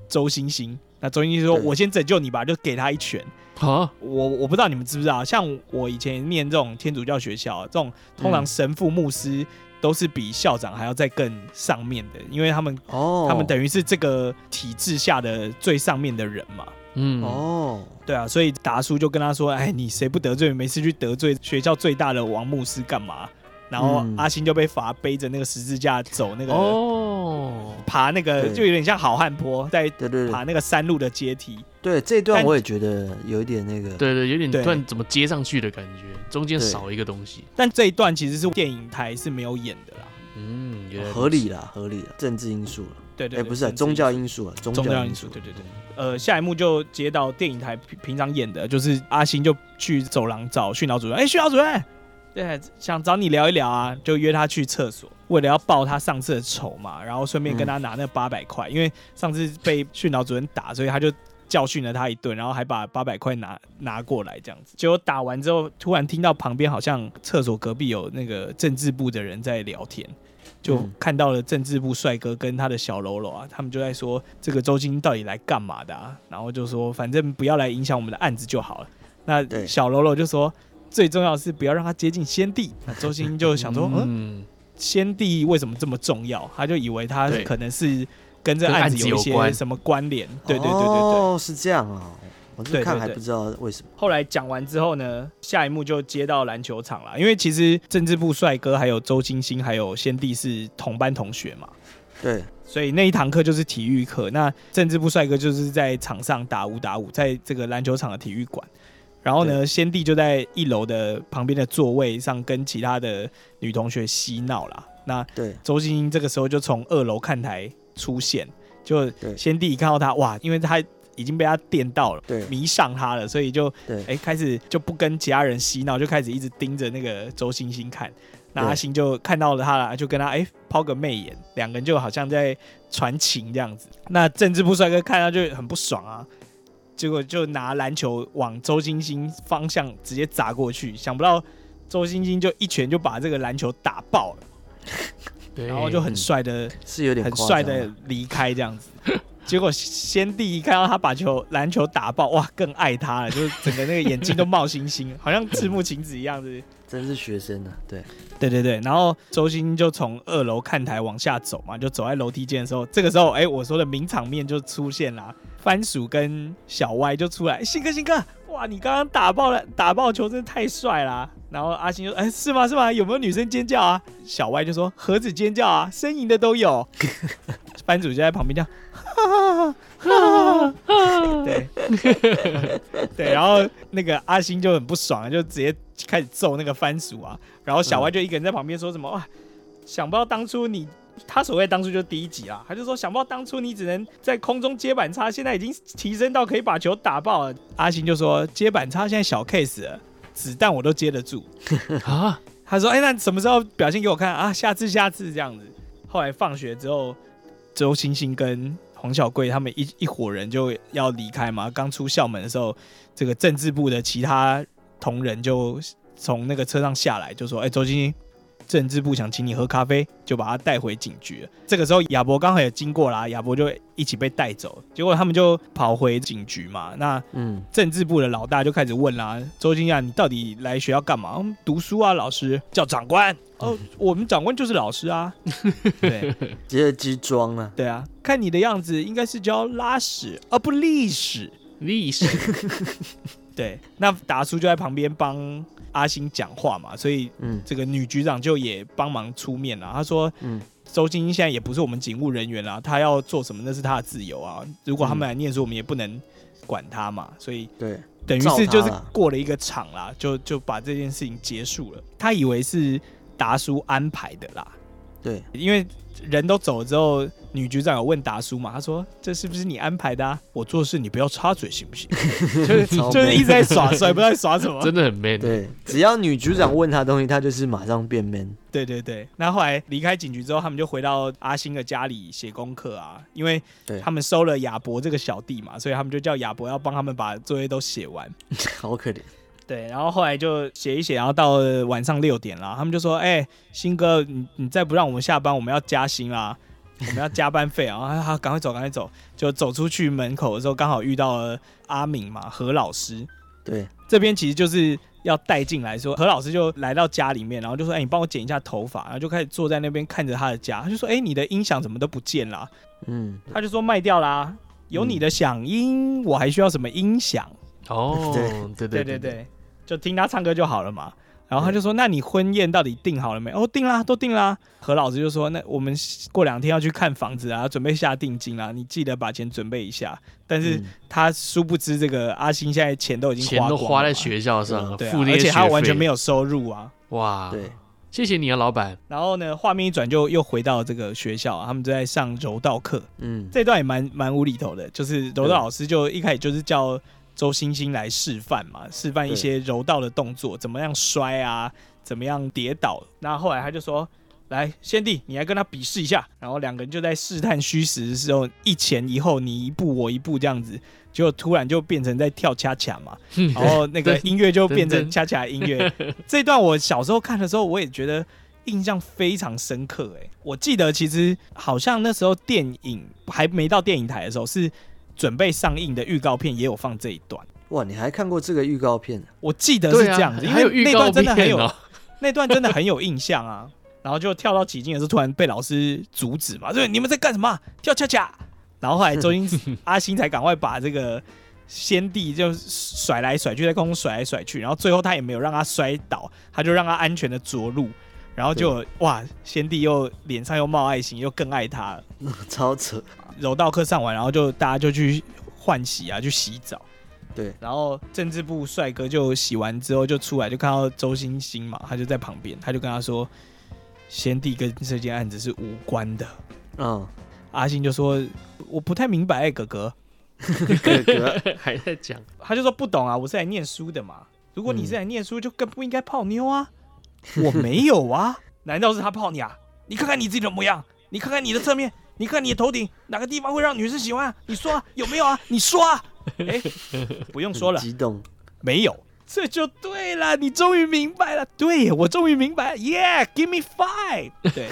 B: 周星星，那周星星说
C: 对
B: 我先拯救你吧，就给他一拳。
A: 好，
B: 我我不知道你们知不知道，像我以前念这种天主教学校，这种通
C: 嗯
B: 常神父、牧师都是比校长还要再更上面的，因为他们、
C: 哦，
B: 他们等于是这个体制下的最上面的人嘛。
A: 嗯，
C: 哦，
B: 对啊，所以达叔就跟他说：“哎，你谁不得罪，没事去得罪学校最大的王牧师干嘛？”然后
C: 嗯
B: 阿星就被罚背着那个十字架走那个、
A: 哦，
B: 爬那个，
C: 对
B: 就有点像好汉坡在
C: 对对
B: 爬
C: 对
B: 那个山路的阶梯。
C: 对，这一段
B: 但
C: 我也觉得有一点那个，
A: 对对，有点
B: 对
A: 突然怎么接上去的感觉，中间
C: 对
A: 少一个东西。
B: 但这一段其实是电影台是没有演的啦。
A: 嗯，原来如此
C: 合理啦，合理啦，政治因素了，
B: 对对
C: 哎，
B: 对，
C: 不是啊
B: 甚至
C: 宗教因素啊，宗
B: 宗
C: 教
B: 教
C: 因
B: 因
C: 素
B: 素，，对对对。呃，下一幕就接到电影台平平常演的，就是阿星就去走廊找训导主任，哎、训导主任，对，想找你聊一聊啊，就约他去厕所，为了要报他上次的仇嘛，然后顺便跟他拿那八百块，因为上次被训导主任打，所以他就教训了他一顿，然后还把八百块拿拿过来这样子。结果打完之后，突然听到旁边好像厕所隔壁有那个政治部的人在聊天，就
C: 嗯
B: 看到了政治部帅哥跟他的小喽啰啊，他们就在说这个周金到底来干嘛的啊？然后就说反正不要来影响我们的案子就好了。那
C: 对
B: 小喽啰就说。最重要的是不要让他接近先帝。那周星就想
C: [LAUGHS]
B: 说，嗯，
A: 嗯，
B: 先帝为什么这么重要？他就以为他
A: 对
B: 可能是跟这
A: 跟
B: 案
A: 案
B: 子
A: 子
B: 有一
A: 有关
B: 些什么关联。对对对对对。
C: 哦，是这样啊，我
B: 对
C: 这
B: 对
C: 看还
B: 对
C: 不知道为什么，
B: 后来讲完之后呢，下一幕就接到篮球场了，因为其实政治部帅哥还有周金星还有先帝是同班同学嘛，
C: 对，
B: 所以那一堂课就是体育课。那政治部帅哥就是在场上打五打五，在这个篮球场的体育馆。然后呢，先帝就在一楼的旁边的座位上跟其他的女同学嬉闹啦。那
C: 对
B: 周星星这个时候就从二楼看台出现，就
C: 对
B: 先帝一看到他，哇，因为他已经被他电到了，
C: 对
B: 迷上他了，所以就
C: 对
B: 哎、开始就不跟其他人嬉闹，就开始一直盯着那个周星星看。那阿星就看到了他了，就跟他哎、抛个媚眼，两个人就好像在传情这样子。那政治部帅哥看到就很不爽啊，结果就拿篮球往周星星方向直接砸过去，想不到周星星就一拳就把这个篮球打爆了，
A: 对，
B: 然后就很帅的、
C: 是有点
B: 很
C: 夸
B: 帅
C: 张啊
B: 的离开这样子。结果先帝一看到他把球篮球打爆，哇，更爱他了，就是整个那个眼睛都冒星星，好像赤木晴子一样子。
C: 真是学生啊，对，
B: 对对对，然后周星就从二楼看台往下走嘛，就走在楼梯间的时候，这个时候，哎，我说的名场面就出现啦，番薯跟小歪就出来，新哥新哥，哇，你刚刚打爆了，打爆球真的太帅啦！然后阿星就，哎，是吗是吗？有没有女生尖叫啊？小歪就说何止尖叫啊，呻吟的都有。番薯就在旁边这样，对对，然后那个阿星就很不爽，就直接开始揍那个番薯啊。然后小歪就一个人在旁边说什么哇，想不到当初你。他所谓当初就第一集啦，他就说想不到当初你只能在空中接板擦，现在已经提升到可以把球打爆了。阿星就说接板擦现在小 case 了，子弹我都接得住。
A: [LAUGHS] 啊，
B: 他说：“哎、那什么时候表现给我看啊？下次，下次这样子。”后来放学之后，周星星跟黄小贵他们一一伙人就要离开嘛。刚出校门的时候，这个政治部的其他同仁就从那个车上下来，就说：“哎、周星星，政治部想请你喝咖啡，就把他带回警局了。”这个时候，亚伯刚好也经过啦，亚伯就一起被带走。结果他们就跑回警局嘛。那
C: 嗯，
B: 政治部的老大就开始问啦、周金亚，你到底来学校干嘛？嗯读书啊，老师叫长官。哦，我们长官就是老师啊。对
C: 直接鸡装啊，
B: 对啊，看你的样子，应该是教拉屎而不历史。
A: 历史
B: 对，那达叔就在旁边帮阿星讲话嘛，所以
C: 嗯
B: 这个女局长就也帮忙出面了。她说
C: 嗯，
B: 周金英现在也不是我们警务人员啦，他要做什么那是他的自由啊。如果他们来念书，我们也不能管他嘛，所以
C: 对，
B: 等于是就
C: 照
B: 是
C: 他啦
B: 过了一个场啦，就就把这件事情结束了。他以为是达叔安排的啦，
C: 对，
B: 因为人都走了之后，女局长有问达叔嘛，他说这是不是你安排的、啊？我做事你不要插嘴行不行？ [LAUGHS] 就是 [LAUGHS]
C: 超
B: 就是一直在耍帅，不知道在耍什
C: [LAUGHS]
B: 么。
A: 真的很 man，
C: 对，只要女局长问他东西，他就是马上变 man，
B: 对对对，那后来离开警局之后，他们就回到阿星的家里写功课啊，因为
C: 对
B: 他们收了亚伯这个小弟嘛，所以他们就叫亚伯要帮他们把作业都写完。
C: 好可怜，
B: 对，然后后来就写一写，然后到了晚上六点啦，他们就说：“哎、新哥，你你再不让我们下班，我们要加薪啦，我们要加班费啊！”啊，好赶快走，赶快走！就走出去门口的时候，刚好遇到了阿敏嘛，何老师
C: 对，
B: 这边其实就是要带进来说，何老师就来到家里面，然后就说：“哎、你帮我剪一下头发。”然后就开始坐在那边看着他的家，他就说：“哎、你的音响怎么都不见啦？”
C: 嗯，
B: 他就说卖掉啦、有你的响音，我还需要什么音响？
C: [LAUGHS]
A: 哦，对
B: 对
A: 对
B: 对对，就听他唱歌就好了嘛。然后他就说：“那你婚宴到底定好了没？”哦，定啦，都定啦。何老师就说：“那我们过两天要去看房子啊，准备下定金啊啦，你记得把钱准备一下。”但是
C: 嗯
B: 他殊不知，这个阿星现在钱都已经
A: 钱
B: 花
A: 都
B: 光
A: 花
B: 了
A: 在
B: 嘛，
A: 学校上了，
B: 对啊、
A: 付那
B: 而
A: 些
B: 且他完全没
A: 有
B: 有收入啊。
A: 哇，
C: 对，
A: 谢谢你啊，老板，
B: 然后呢，画面一转就又回到这个学校、啊，他们就在上柔道课。
C: 嗯，
B: 这段也蛮蛮无厘头的，就是柔道老师就一开始就是叫周星星来示范嘛，示范一些柔道的动作，怎么样摔啊，怎么样跌倒。那后来他就说：“来，先帝，你来跟他比试一下。”然后两个人就在试探虚实的时候，一前一后，你一步我一步这样子，结果突然就变成在跳恰恰嘛，
A: 嗯
B: 然后那个音乐就变
A: 噔
B: 成
A: 噔
B: 恰恰音
A: [LAUGHS]
B: 乐。这段我小时候看的时候，我也觉得印象非常深刻、欸。哎，我记得其实好像那时候电影还没到电影台的时候，是准备上映的预告片也有放这一段。
C: 哇，你还看过这个预告片？
B: 我记得是
A: 对
B: 这样
A: 啊，
B: 子，
A: 还有
B: 因为
A: 预
B: 那
A: 告
B: 段真的很
A: 片
B: 有、
A: 哦，
B: [LAUGHS] 那段真的很有印象啊。然后就跳到起劲的时候，突然被老师阻止嘛，对，你们在干什么啊？跳恰恰。然后后来周星阿星才赶快把这个先帝就甩来甩去，在空中甩来甩去，然后最后他也没有让他摔倒，他就让他安全的着陆。然后就哇，先帝又脸上又冒爱心，又更爱他了。
C: [LAUGHS] 超扯，
B: 柔道课上完，然后就大家就去换洗啊，去洗澡。
C: 对，
B: 然后政治部帅哥就洗完之后就出来，就看到周星星嘛，他就在旁边，他就跟他说：“先帝跟这件案子是无关的。 [LAUGHS]
C: 嗯，”
B: 阿星就说：“我不太明白、欸，哥哥。
C: 哥哥，
A: [LAUGHS] 还在讲，”
B: 他就说：“不懂啊，我是来念书的嘛。如果你是来念书，就更不应该泡妞啊。我没有啊，难道是他泡你啊？你看看你自己的模样，你看看你的侧面，你看你的头顶，哪个地方会让女生喜欢啊？你说、啊、有没有啊？你说啊。”哎、不用说了
C: 很，激动，
B: 没有，这就对了。你终于明白了，对我终于明白了，Yeah，give me five。对，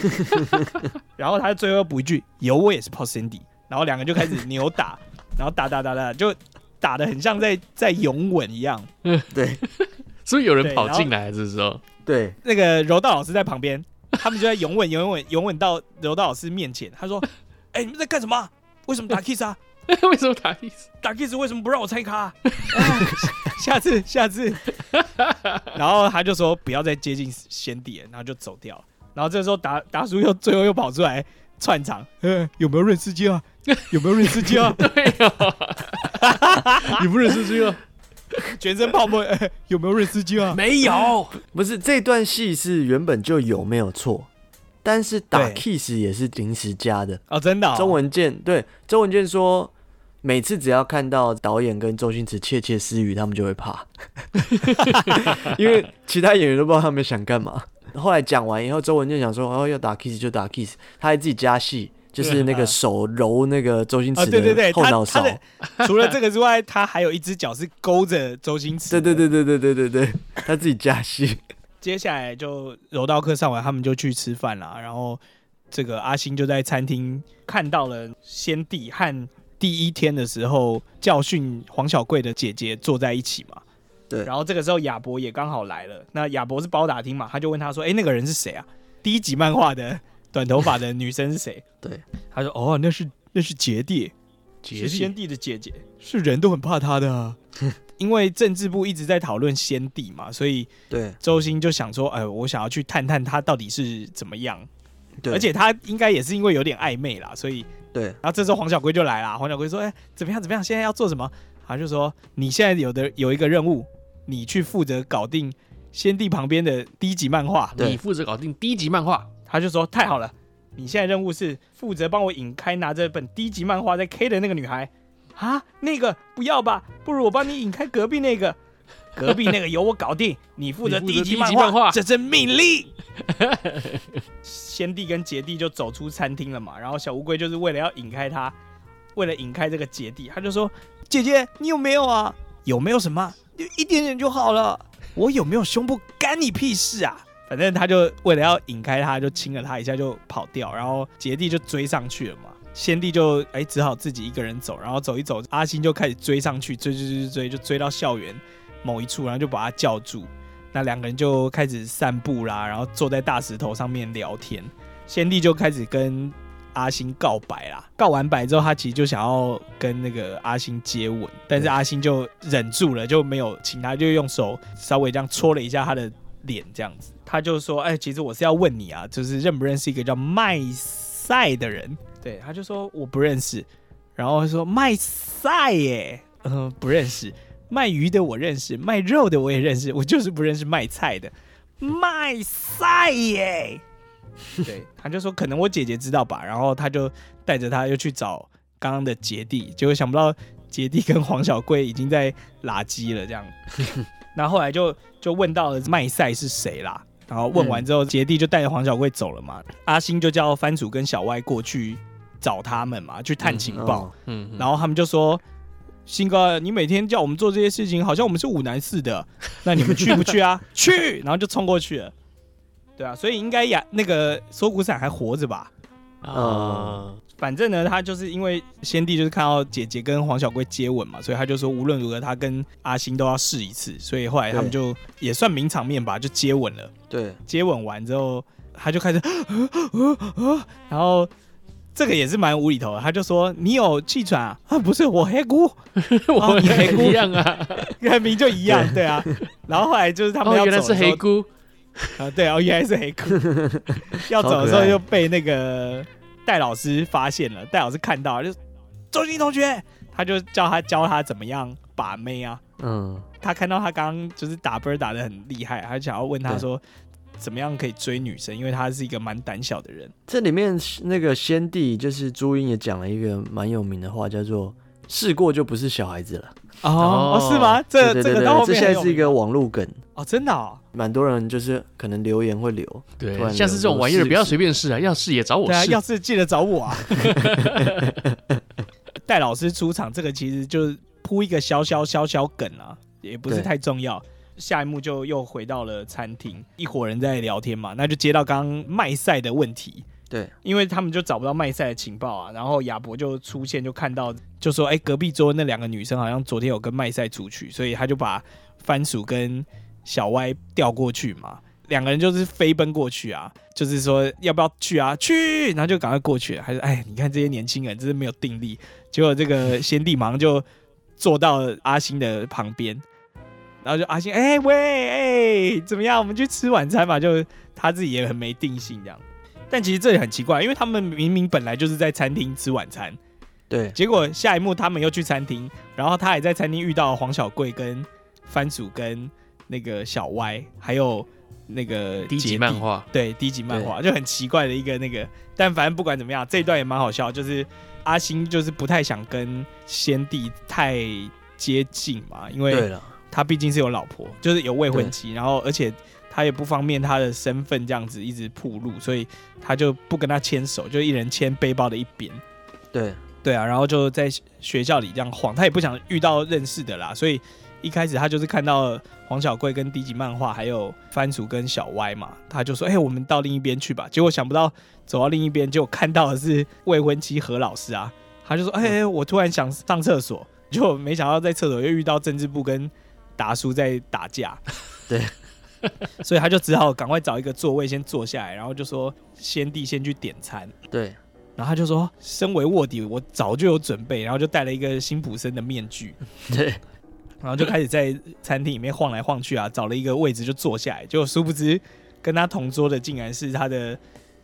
B: [LAUGHS] 然后他最后补一句：“有我也是泡 Cindy。”然后两个就开始扭打， [LAUGHS] 然后打打打打，就打的很像在在拥吻一样。
C: 对
A: 所以有人
B: 对啊
A: 跑
B: 然后
A: 进来，这时候
C: 对，
B: 那个柔道老师在旁边，他们就在拥吻拥吻拥吻到柔道老师面前。他说：“哎、你们在干什么啊？为什么打 kiss 啊？
A: [LAUGHS] 为什么打 [LAUGHS] 意思？
B: 打 kiss 为什么不让我猜卡、啊？ [LAUGHS] 下次，下 [LAUGHS] 次。然后他就说不要再接近先帝了，然后就走掉了。然后这时候达达叔又最后又跑出来串场，呃，有没有认司机啊？有没有认司机 [LAUGHS] 啊？
A: 对啊，你不认识这个？
B: 全身泡沫，呃、有啊没有认司机啊？
A: 没有，
C: 不是这段戏是原本就有没有错，但是打
B: 对
C: kiss 也是临时加的。
B: 哦，真的、哦，
C: 中文健对周文健说，每次只要看到导演跟周星驰窃窃私语，他们就会怕，因为其他演员都不知道他们想干嘛。后来讲完以后，周文健想说，哦，要打 kiss 就打 kiss，他还自己加戏，就是那个手揉那个周星
B: 啊，
C: 驰
B: 对对对，
C: 的后
B: 他
C: 脑
B: 他
C: 勺。
B: 的除了这个之外，他还有一只脚是勾着周星驰
C: 对
B: 的。
C: 对对对对对对对，他自己加戏。
B: 接下来就柔道课上完，他们就去吃饭啦。然后这个阿星就在餐厅看到了先帝和第一天的时候教训黄小贵的姐姐坐在一起嘛。
C: 对
B: 然后这个时候亚博也刚好来了。那亚博是包打听嘛，他就问他说：“哎、那个人是谁啊？第一集漫画的短头发的女生是谁？”
C: 对，
B: 他说：“哦，那是那是杰弟。”
A: 杰
B: 是先
A: 西
B: 帝的姐姐，是人都很怕她的 [LAUGHS] 啊。因为政治部一直在讨论先帝嘛，所以
C: 对
B: 周星就想说，哎、我想要去探探他到底是怎么样。
C: 对，
B: 而且他应该也是因为有点暧昧啦，所以，
C: 对
B: 然后这时候黄小龟就来啦。黄小龟说，哎、怎么样怎么样，现在要做什么？他就说，你现在有的有一个任务，你去负责搞定先帝旁边的第一集漫画。
C: 对
A: 你负责搞定第一集漫画，
B: 他就说，太好了，你现在任务是负责帮我引开拿着本第一集漫画在 K 的那个女孩。啊，那个不要吧，不如我帮你引开隔壁那个。隔壁那个由我搞定，你负责
A: 你负责
B: 第一集
A: 第一
B: 漫
A: 集
B: 画，
A: 漫画
B: 这是命令。 [LAUGHS] 先帝跟杰弟就走出餐厅了嘛，然后小乌龟就是为了要引开他，为了引开这个杰弟，他就说：“姐姐，你有没有啊？有没有什么？就一点点就好了。我有没有胸部干你屁事啊？”反正他就为了要引开他，就亲了他一下就跑掉，然后杰弟就追上去了嘛。先帝就哎、只好自己一个人走，然后走一走，阿星就开始追上去，追追追追，就追到校园某一处，然后就把他叫住。那两个人就开始散步啦，然后坐在大石头上面聊天。先帝就开始跟阿星告白啦。告完白之后，他其实就想要跟那个阿星接吻，但是
C: 对
B: 阿星就忍住了，就没有请他，就用手稍微这样戳了一下他的脸，这样子。他就说：“哎、其实我是要问你啊，就是认不认识一个叫麦赛的人？”对，他就说我不认识，然后他说卖菜耶，嗯、不认识，卖鱼的我认识，卖肉的我也认识，我就是不认识卖菜的，卖菜耶。对，他就说可能我姐姐知道吧，然后他就带着他又去找刚刚的杰弟，结果想不到杰弟跟黄小贵已经在拉鸡了这样，然后后来就就问到了麦赛是谁啦。然后问完之后，杰弟就带着黄小贵走了嘛。阿星就叫番主跟小歪过去找他们嘛，去探情报。
C: 哦
A: 嗯，
B: 然后他们就说：“新哥，你每天叫我们做这些事情，好像我们是五男
A: [LAUGHS]
B: 四的，那你们去不去啊？ [LAUGHS] 去！”然后就冲过去了。对啊，所以应该呀，那个缩骨散还活着吧？
A: 啊，
C: 哦
B: 反正呢，他就是因为先帝就是看到姐姐跟黄小贵接吻嘛，所以他就说无论如何他跟阿星都要试一次。所以后来他们就也算名场面吧，就接吻了。
C: 对，
B: 接吻完之后，他就开始 [GASPS] 然后这个也是蛮无厘头的，他就说：“你有气喘啊？啊不是，我黑姑，
A: [LAUGHS]
B: [LAUGHS]
A: 我
B: 哦
A: 们
B: 你黑姑
A: 一样啊，
B: 原名就一样，对啊。”然后后来就是他们
A: 哦，
B: 要
A: 原
B: 走
A: 来
B: 的
A: 是
B: 时
A: 黑
B: 候，
A: 姑，
B: 啊，对哦，原来是
A: [LAUGHS]
B: 黑姑。 [LAUGHS] 要走的时
C: 超可
B: 候
C: 爱
B: 又被啊那个戴老师发现了，戴老师看到就周星同学，他就叫他教他怎么样把妹啊。
C: 嗯，
B: 他看到他刚刚就是打啵儿打的很厉害，他想要问他说怎么样可以追女生，因为他是一个蛮胆小的人。
C: 这里面那个先帝就是朱茵也讲了一个蛮有名的话，叫做“试过就不是小孩子了
A: 哦
B: 是吗？”这
C: 对
B: 这
C: 对
B: 个
C: 对
B: 到
C: 对，
B: 后
C: 这
B: 面
C: 现
B: 很
C: 在
B: 有
C: 是一
B: 名
C: 个网络梗，
B: 哦，真的哦，
C: 蛮多人就是可能留言会留，突
A: 对，
C: 然
A: 像是这种玩意儿不要随便试啊，要试也找我
B: 对啊，
A: 试
B: 要。是记得找我
C: [LAUGHS]
B: 啊。 [LAUGHS] 戴老师出场，这个其实就是铺一个小小小小梗啊，也不是
C: 对
B: 太重要。下一幕就又回到了餐厅，一伙人在聊天嘛，那就接到刚刚麦赛的问题，
C: 对，
B: 因为他们就找不到麦赛的情报啊，然后亚伯就出现，就看到就说，哎、隔壁桌那两个女生好像昨天有跟麦赛出去，所以他就把番薯跟小歪调过去嘛，两个人就是飞奔过去啊，就是说要不要去啊，去，然后就赶快过去了，还是哎，你看这些年轻人真是没有定力，结果这个先帝马上就坐到阿星的旁边。然后就阿星，哎、喂，哎、怎么样？我们去吃晚餐嘛？就他自己也很没定性这样。但其实这也很奇怪，因为他们明明本来就是在餐厅吃晚餐，
C: 对，
B: 结果下一幕他们又去餐厅，然后他也在餐厅遇到黄小贵、跟番薯、跟那个小歪，还有那个
A: 呃低
B: 杰
A: 级
B: 弟
A: 漫，画，
B: 对低级漫画，就很奇怪的一个那个。但反正不管怎么样，这一段也蛮好笑，就是阿星就是不太想跟先帝太接近嘛，因为
C: 对了，
B: 他毕竟是有老婆，就是有未婚妻，然后而且他也不方便他的身份这样子一直铺路，所以他就不跟他牵手，就一人牵背包的一边。
C: 对，
B: 对啊，然后就在学校里这样晃，他也不想遇到认识的啦，所以一开始他就是看到黄小贵跟低级漫画，还有番薯跟小歪嘛，他就说：“哎、我们到另一边去吧。”结果想不到走到另一边，结果看到的是未婚妻何老师啊，他就说：“哎、哎我突然想上厕所，结果没想到在厕所又遇到政治部跟达叔在打架。”
C: 对。
B: [LAUGHS] 所以他就只好赶快找一个座位先坐下来，然后就说先帝先去点餐，
C: 对，
B: 然后他就说：“身为卧底，我早就有准备。”然后就戴了一个辛普森的面 [LAUGHS] 具，
C: 对，
B: 然后就开始在餐厅里面晃来晃去啊，找了一个位置就坐下来。结果殊不知，跟他同桌的竟然是他的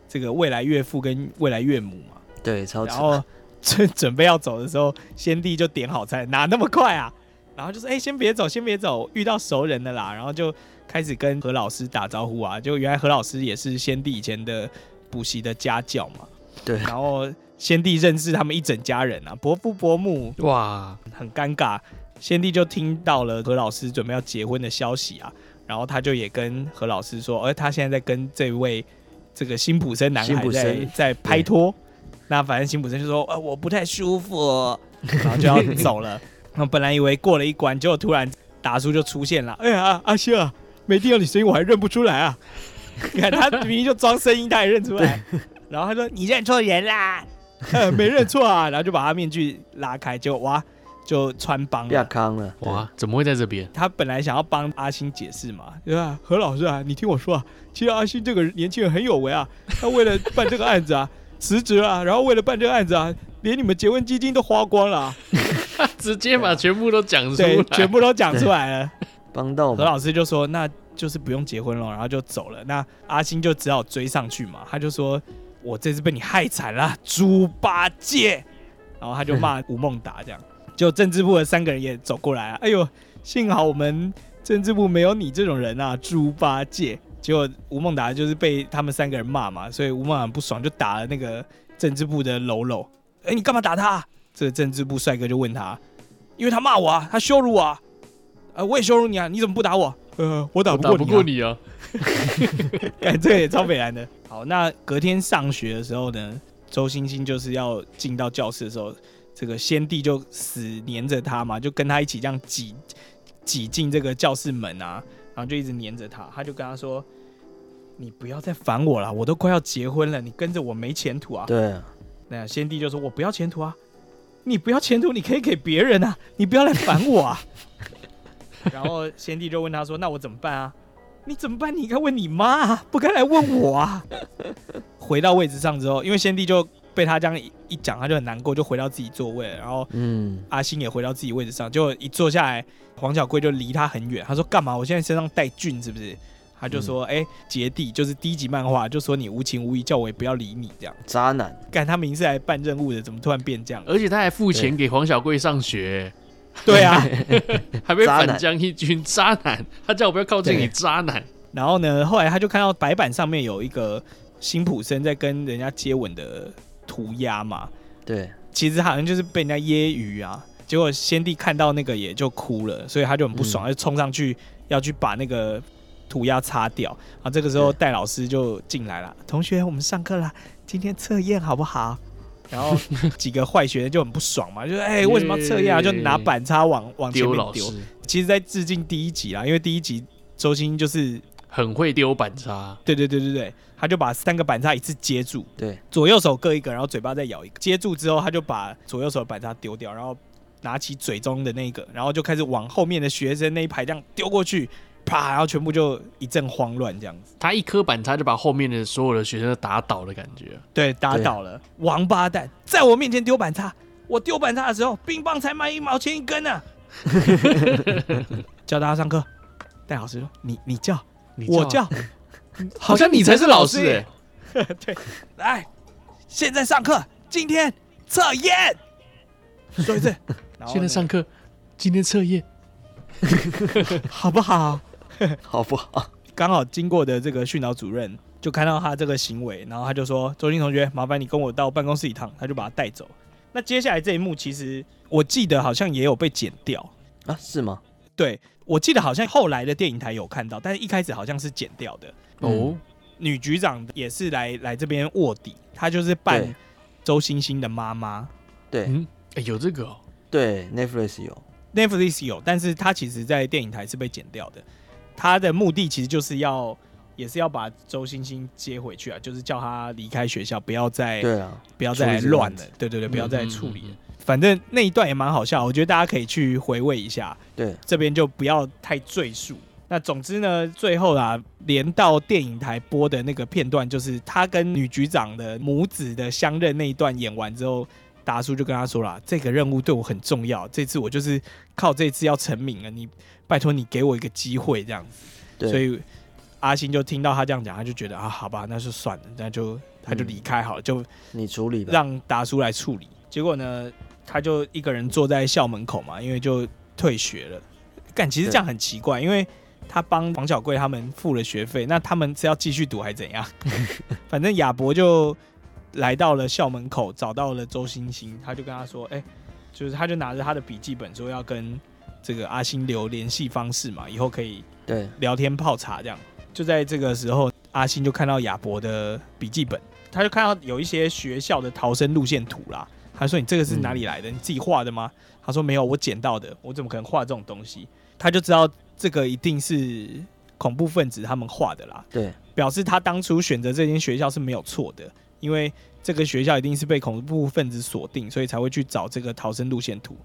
B: 这个未来岳父跟未来岳母嘛。
C: 对，超
B: 然
C: 扯，
B: 后 [LAUGHS] 准准备要走的时候，先帝就点好菜，哪那么快啊？然后就说：“哎、先别走，先别走，遇到熟人的啦。”然后就开始跟何老师打招呼啊。就原来何老师也是先帝以前的补习的家教嘛。
C: 对
B: 然后先帝认识他们一整家人啊，伯父伯母
A: 哇，
B: 很尴尬。先帝就听到了何老师准备要结婚的消息啊，然后他就也跟何老师说，而、哎他现在在跟这位这个辛普森男
C: 辛
B: 孩
C: 普
B: 在
C: 森
B: 在拍拖。那反正辛普森就说，呃，我不太舒服，然后就要走
C: [LAUGHS]
B: 了。那本来以为过了一关，结果突然达叔就出现了，哎呀，阿秀啊，没听到你声音我还认不出来
A: [LAUGHS]
B: 啊！你看他明明就装声音，他也认出来。然后他说：“你认错人
A: [LAUGHS]
B: 啦，呃，没认错啊。”然后就把他面具拉开，结果哇，就穿帮
C: 亚
B: 了。
C: 康了，对，
A: 哇，怎么会在这边？
B: 他本来想要帮阿星解释嘛，对吧？何老师啊，你听我说啊，其实阿星这个年轻人很有为啊，他为了办这个案子啊， [LAUGHS] 辞职啊，然后为了办这个案子啊，连你们结婚基金都花光了、
A: [LAUGHS]
B: 啊，
A: 直接把全部都讲出
B: 对
A: 来，，
B: 全部都讲出来了。
C: 帮到我
B: 何
C: 们，
B: 老师就说那就是不用结婚了，然后就走了。那阿星就只好追上去嘛，他就说我这次被你害惨了，猪八戒，然后他就骂吴孟达这样。就政治部的三个人也走过来啊，哎呦，幸好我们政治部没有你这种人啊，猪八戒。结果吴孟达就是被他们三个人骂嘛，所以吴孟达很不爽，就打了那个政治部的喽喽。哎，你干嘛打他啊？这个政治部帅哥就问他，因为他骂我啊，他羞辱我啊，呃，我也羞辱你啊，你怎么不打我？呃，我打
A: 打不过你啊！
B: [LAUGHS] 哎，这个也超北蓝的。好，那隔天上学的时候呢，周星星就是要进到教室的时候，这个先帝就死黏着他嘛，就跟他一起这样挤挤进这个教室门啊，然后就一直黏着他，他就跟他说：“你不要再烦我了，我都快要结婚了，你跟着我没前途啊。”
C: 对，
B: 那先帝就说：“我不要前途啊，你不要前途，你可以给别人啊，你不要来烦我啊。”然后先帝就问他说：“那我怎么办啊？你怎么办？你应该问你妈啊，不该来问我啊。”回到位置上之后，因为先帝就被他这样一一讲，他就很难过，就回到自己座位了。然后
C: 嗯，
B: 阿星也回到自己位置上，结果一坐下来，黄小贵就离他很远。他说：“干嘛？我现在身上带菌是不是？”他就说：“哎、杰弟，就是第一集漫画，就说你无情无义，叫我也不要理你这样。”
C: 渣男，
B: 干他明是来办任务的，怎么突然变这样？
A: 而且他还付钱给黄小贵上学，
B: [LAUGHS] 对啊，
A: 还被
C: 渣男
A: 反将一军，渣男！他叫我不要靠近你，
C: 对
A: 渣男！
B: 然后呢，后来他就看到白板上面有一个辛普森在跟人家接吻的涂鸦嘛，
C: 对，
B: 其实好像就是被人家揶揄啊。结果先帝看到那个也就哭了，所以他就很不爽，他就冲上去要去把那个涂鸦擦掉。啊，这个时候戴老师就进来了，同学，我们上课啦，今天测验好不好？然后几个坏学生就很不爽嘛，就说哎、为什么要测验啊？就拿板擦往往前
A: 丢
B: 面
A: 老
B: 丢。
A: 师，
B: 其实，在致敬第一集啦，因为第一集周星就是
A: 很会丢板擦，
B: 对对对对对，他就把三个板擦一次接住，
C: 对，
B: 左右手各一个，然后嘴巴再咬一个，接住之后，他就把左右手的板擦丢掉，然后拿起嘴中的那个，然后就开始往后面的学生那一排这样丢过去，啪，然后全部就一阵慌乱这样子，
A: 他一颗板擦就把后面的所有的学生都打倒的感觉。
B: 对，打
C: 对啊
B: 倒了，王八蛋，在我面前丢板擦，我丢板擦的时候，冰棒才卖一毛钱一根啊呢、 [LAUGHS] 叫大家上课，戴老师说你你叫。
A: 你
B: 我
A: 叫啊， [LAUGHS]
B: 叫，好
A: 像你才是老师欸
B: 耶。对，欸来，现在上课，今天测验，说
A: [LAUGHS]
B: 一次，然后
A: 现在
B: 呢
A: 上课，今天测验，
B: 好不好？
C: 好不好？
B: 刚好经过的这个训导主任就看到他这个行为，然后他就说：“周星同学，麻烦你跟我到办公室一趟。”他就把他带走。那接下来这一幕，其实我记得好像也有被剪掉，
C: 啊，是吗？
B: 对我记得好像后来的电影台有看到，但是一开始好像是剪掉的。嗯
A: 哦，
B: 女局长也是来来这边卧底，她就是扮
C: 对
B: 周星星的妈妈。
C: 对、
A: 嗯，哎有这个哦，
C: 对，Netflix 有，
B: Netflix 有，但是她其实在电影台是被剪掉的。她的目的其实就是要，也是要把周星星接回去啊，就是叫他离开学校，不要再
C: 对啊，
B: 不要再
C: 处理这个
B: 乱
C: 案
B: 了
C: 子，
B: 对对对，不要再处理了。
A: 嗯
B: 反正那一段也蛮好笑，我觉得大家可以去回味一下。
C: 对，
B: 这边就不要太赘述。那总之呢，最后啦，连到电影台播的那个片段，就是他跟女局长的母子的相认那一段演完之后，达叔就跟他说啦：“这个任务对我很重要，这次我就是靠这次要成名了，啊你拜托你给我一个机会这样子。”
C: 对
B: 所以阿星就听到他这样讲，他就觉得啊，好吧，那就算了，那就他就离开好了，就
C: 你处理吧，
B: 让达叔来处理。结果呢，他就一个人坐在校门口嘛，因为就退学了。干，其实这样很奇怪，因为他帮黄小贵他们付了学费，那他们是要继续读还是怎样？ [LAUGHS] 反正亚伯就来到了校门口，找到了周星星，他就跟他说：“哎、就是他就拿着他的笔记本说要跟这个阿星留联系方式嘛，以后可以
C: 对，
B: 聊天泡茶这样。就在这个时候，阿星就看到亚伯的笔记本，他就看到有一些学校的逃生路线图啦。他说：“你这个是哪里来的？你自己画的吗？”他说：“没有，我捡到的。我怎么可能画这种东西？”他就知道这个一定是恐怖分子他们画的啦。
C: 对，
B: 表示他当初选择这间学校是没有错的，因为这个学校一定是被恐怖分子锁定，所以才会去找这个逃生路线图。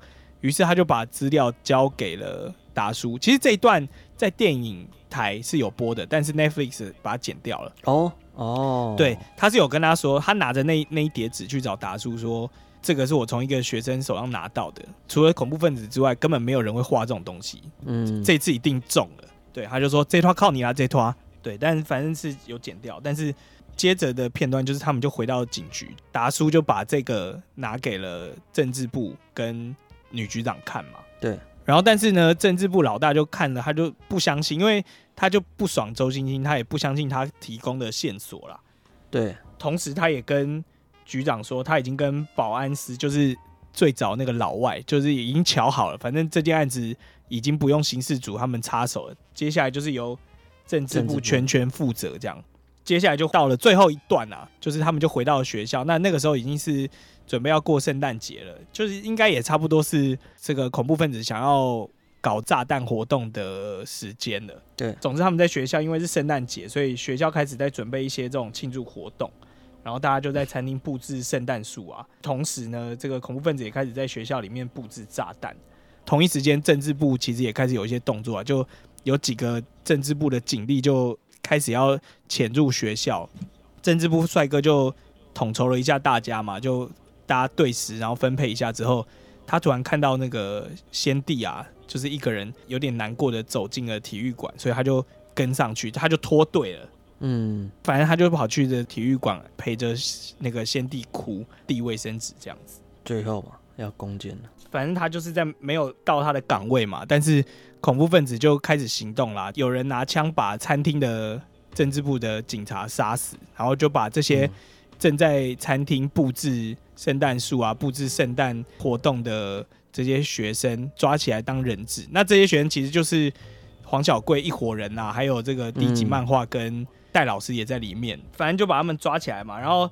B: 于是他就把资料交给了达叔。其实这一段在电影台是有播的，但是 Netflix 把它剪掉了。
C: 哦哦，
B: 对，他是有跟他说，他拿着那那一叠纸去找达叔说，这个是我从一个学生手上拿到的，除了恐怖分子之外，根本没有人会画这种东西，
C: 嗯，
B: 这次一定中了。对，他就说这套靠你啦，这套。啊对，但反正是有剪掉，但是接着的片段就是他们就回到警局，达叔就把这个拿给了政治部跟女局长看嘛。
C: 对。
B: 然后，但是呢，政治部老大就看了，他就不相信，因为他就不爽周星星，他也不相信他提供的线索啦。
C: 对，
B: 同时他也跟局长说，他已经跟保安司，就是最早那个老外，就是已经瞧好了，反正这件案子已经不用刑事组他们插手了，接下来就是由政治
C: 政治
B: 部
C: 部
B: 全权负责这样。啊接下来就到了最后一段啊，就是他们就回到了学校。那那个时候已经是准备要过圣诞节了，就是应该也差不多是这个恐怖分子想要搞炸弹活动的时间了。
C: 对
B: 总之他们在学校因为是圣诞节，所以学校开始在准备一些这种庆祝活动，然后大家就在餐厅布置圣诞树啊。同时呢，这个恐怖分子也开始在学校里面布置炸弹。同一时间，政治部其实也开始有一些动作啊，就有几个政治部的警力就开始要潜入学校，政治部帅哥就统筹了一下大家嘛，就大家对时，然后分配一下之后，他突然看到那个先帝啊，就是一个人有点难过的走进了体育馆，所以他就跟上去，他就脱队了。
C: 嗯，
B: 反正他就跑去的体育馆陪着那个先帝哭，递卫生纸这样子。
C: 最后嘛要攻坚了，
B: 反正他就是在没有到他的岗位嘛，但是恐怖分子就开始行动啦。有人拿枪把餐厅的政治部的警察杀死，然后就把这些
C: 嗯
B: 正在餐厅布置圣诞树啊、布置圣诞活动的这些学生抓起来当人质。那这些学生其实就是黄小贵一伙人啊，还有这个低级漫画跟戴老师也在里面，反正就把他们抓起来嘛，然后。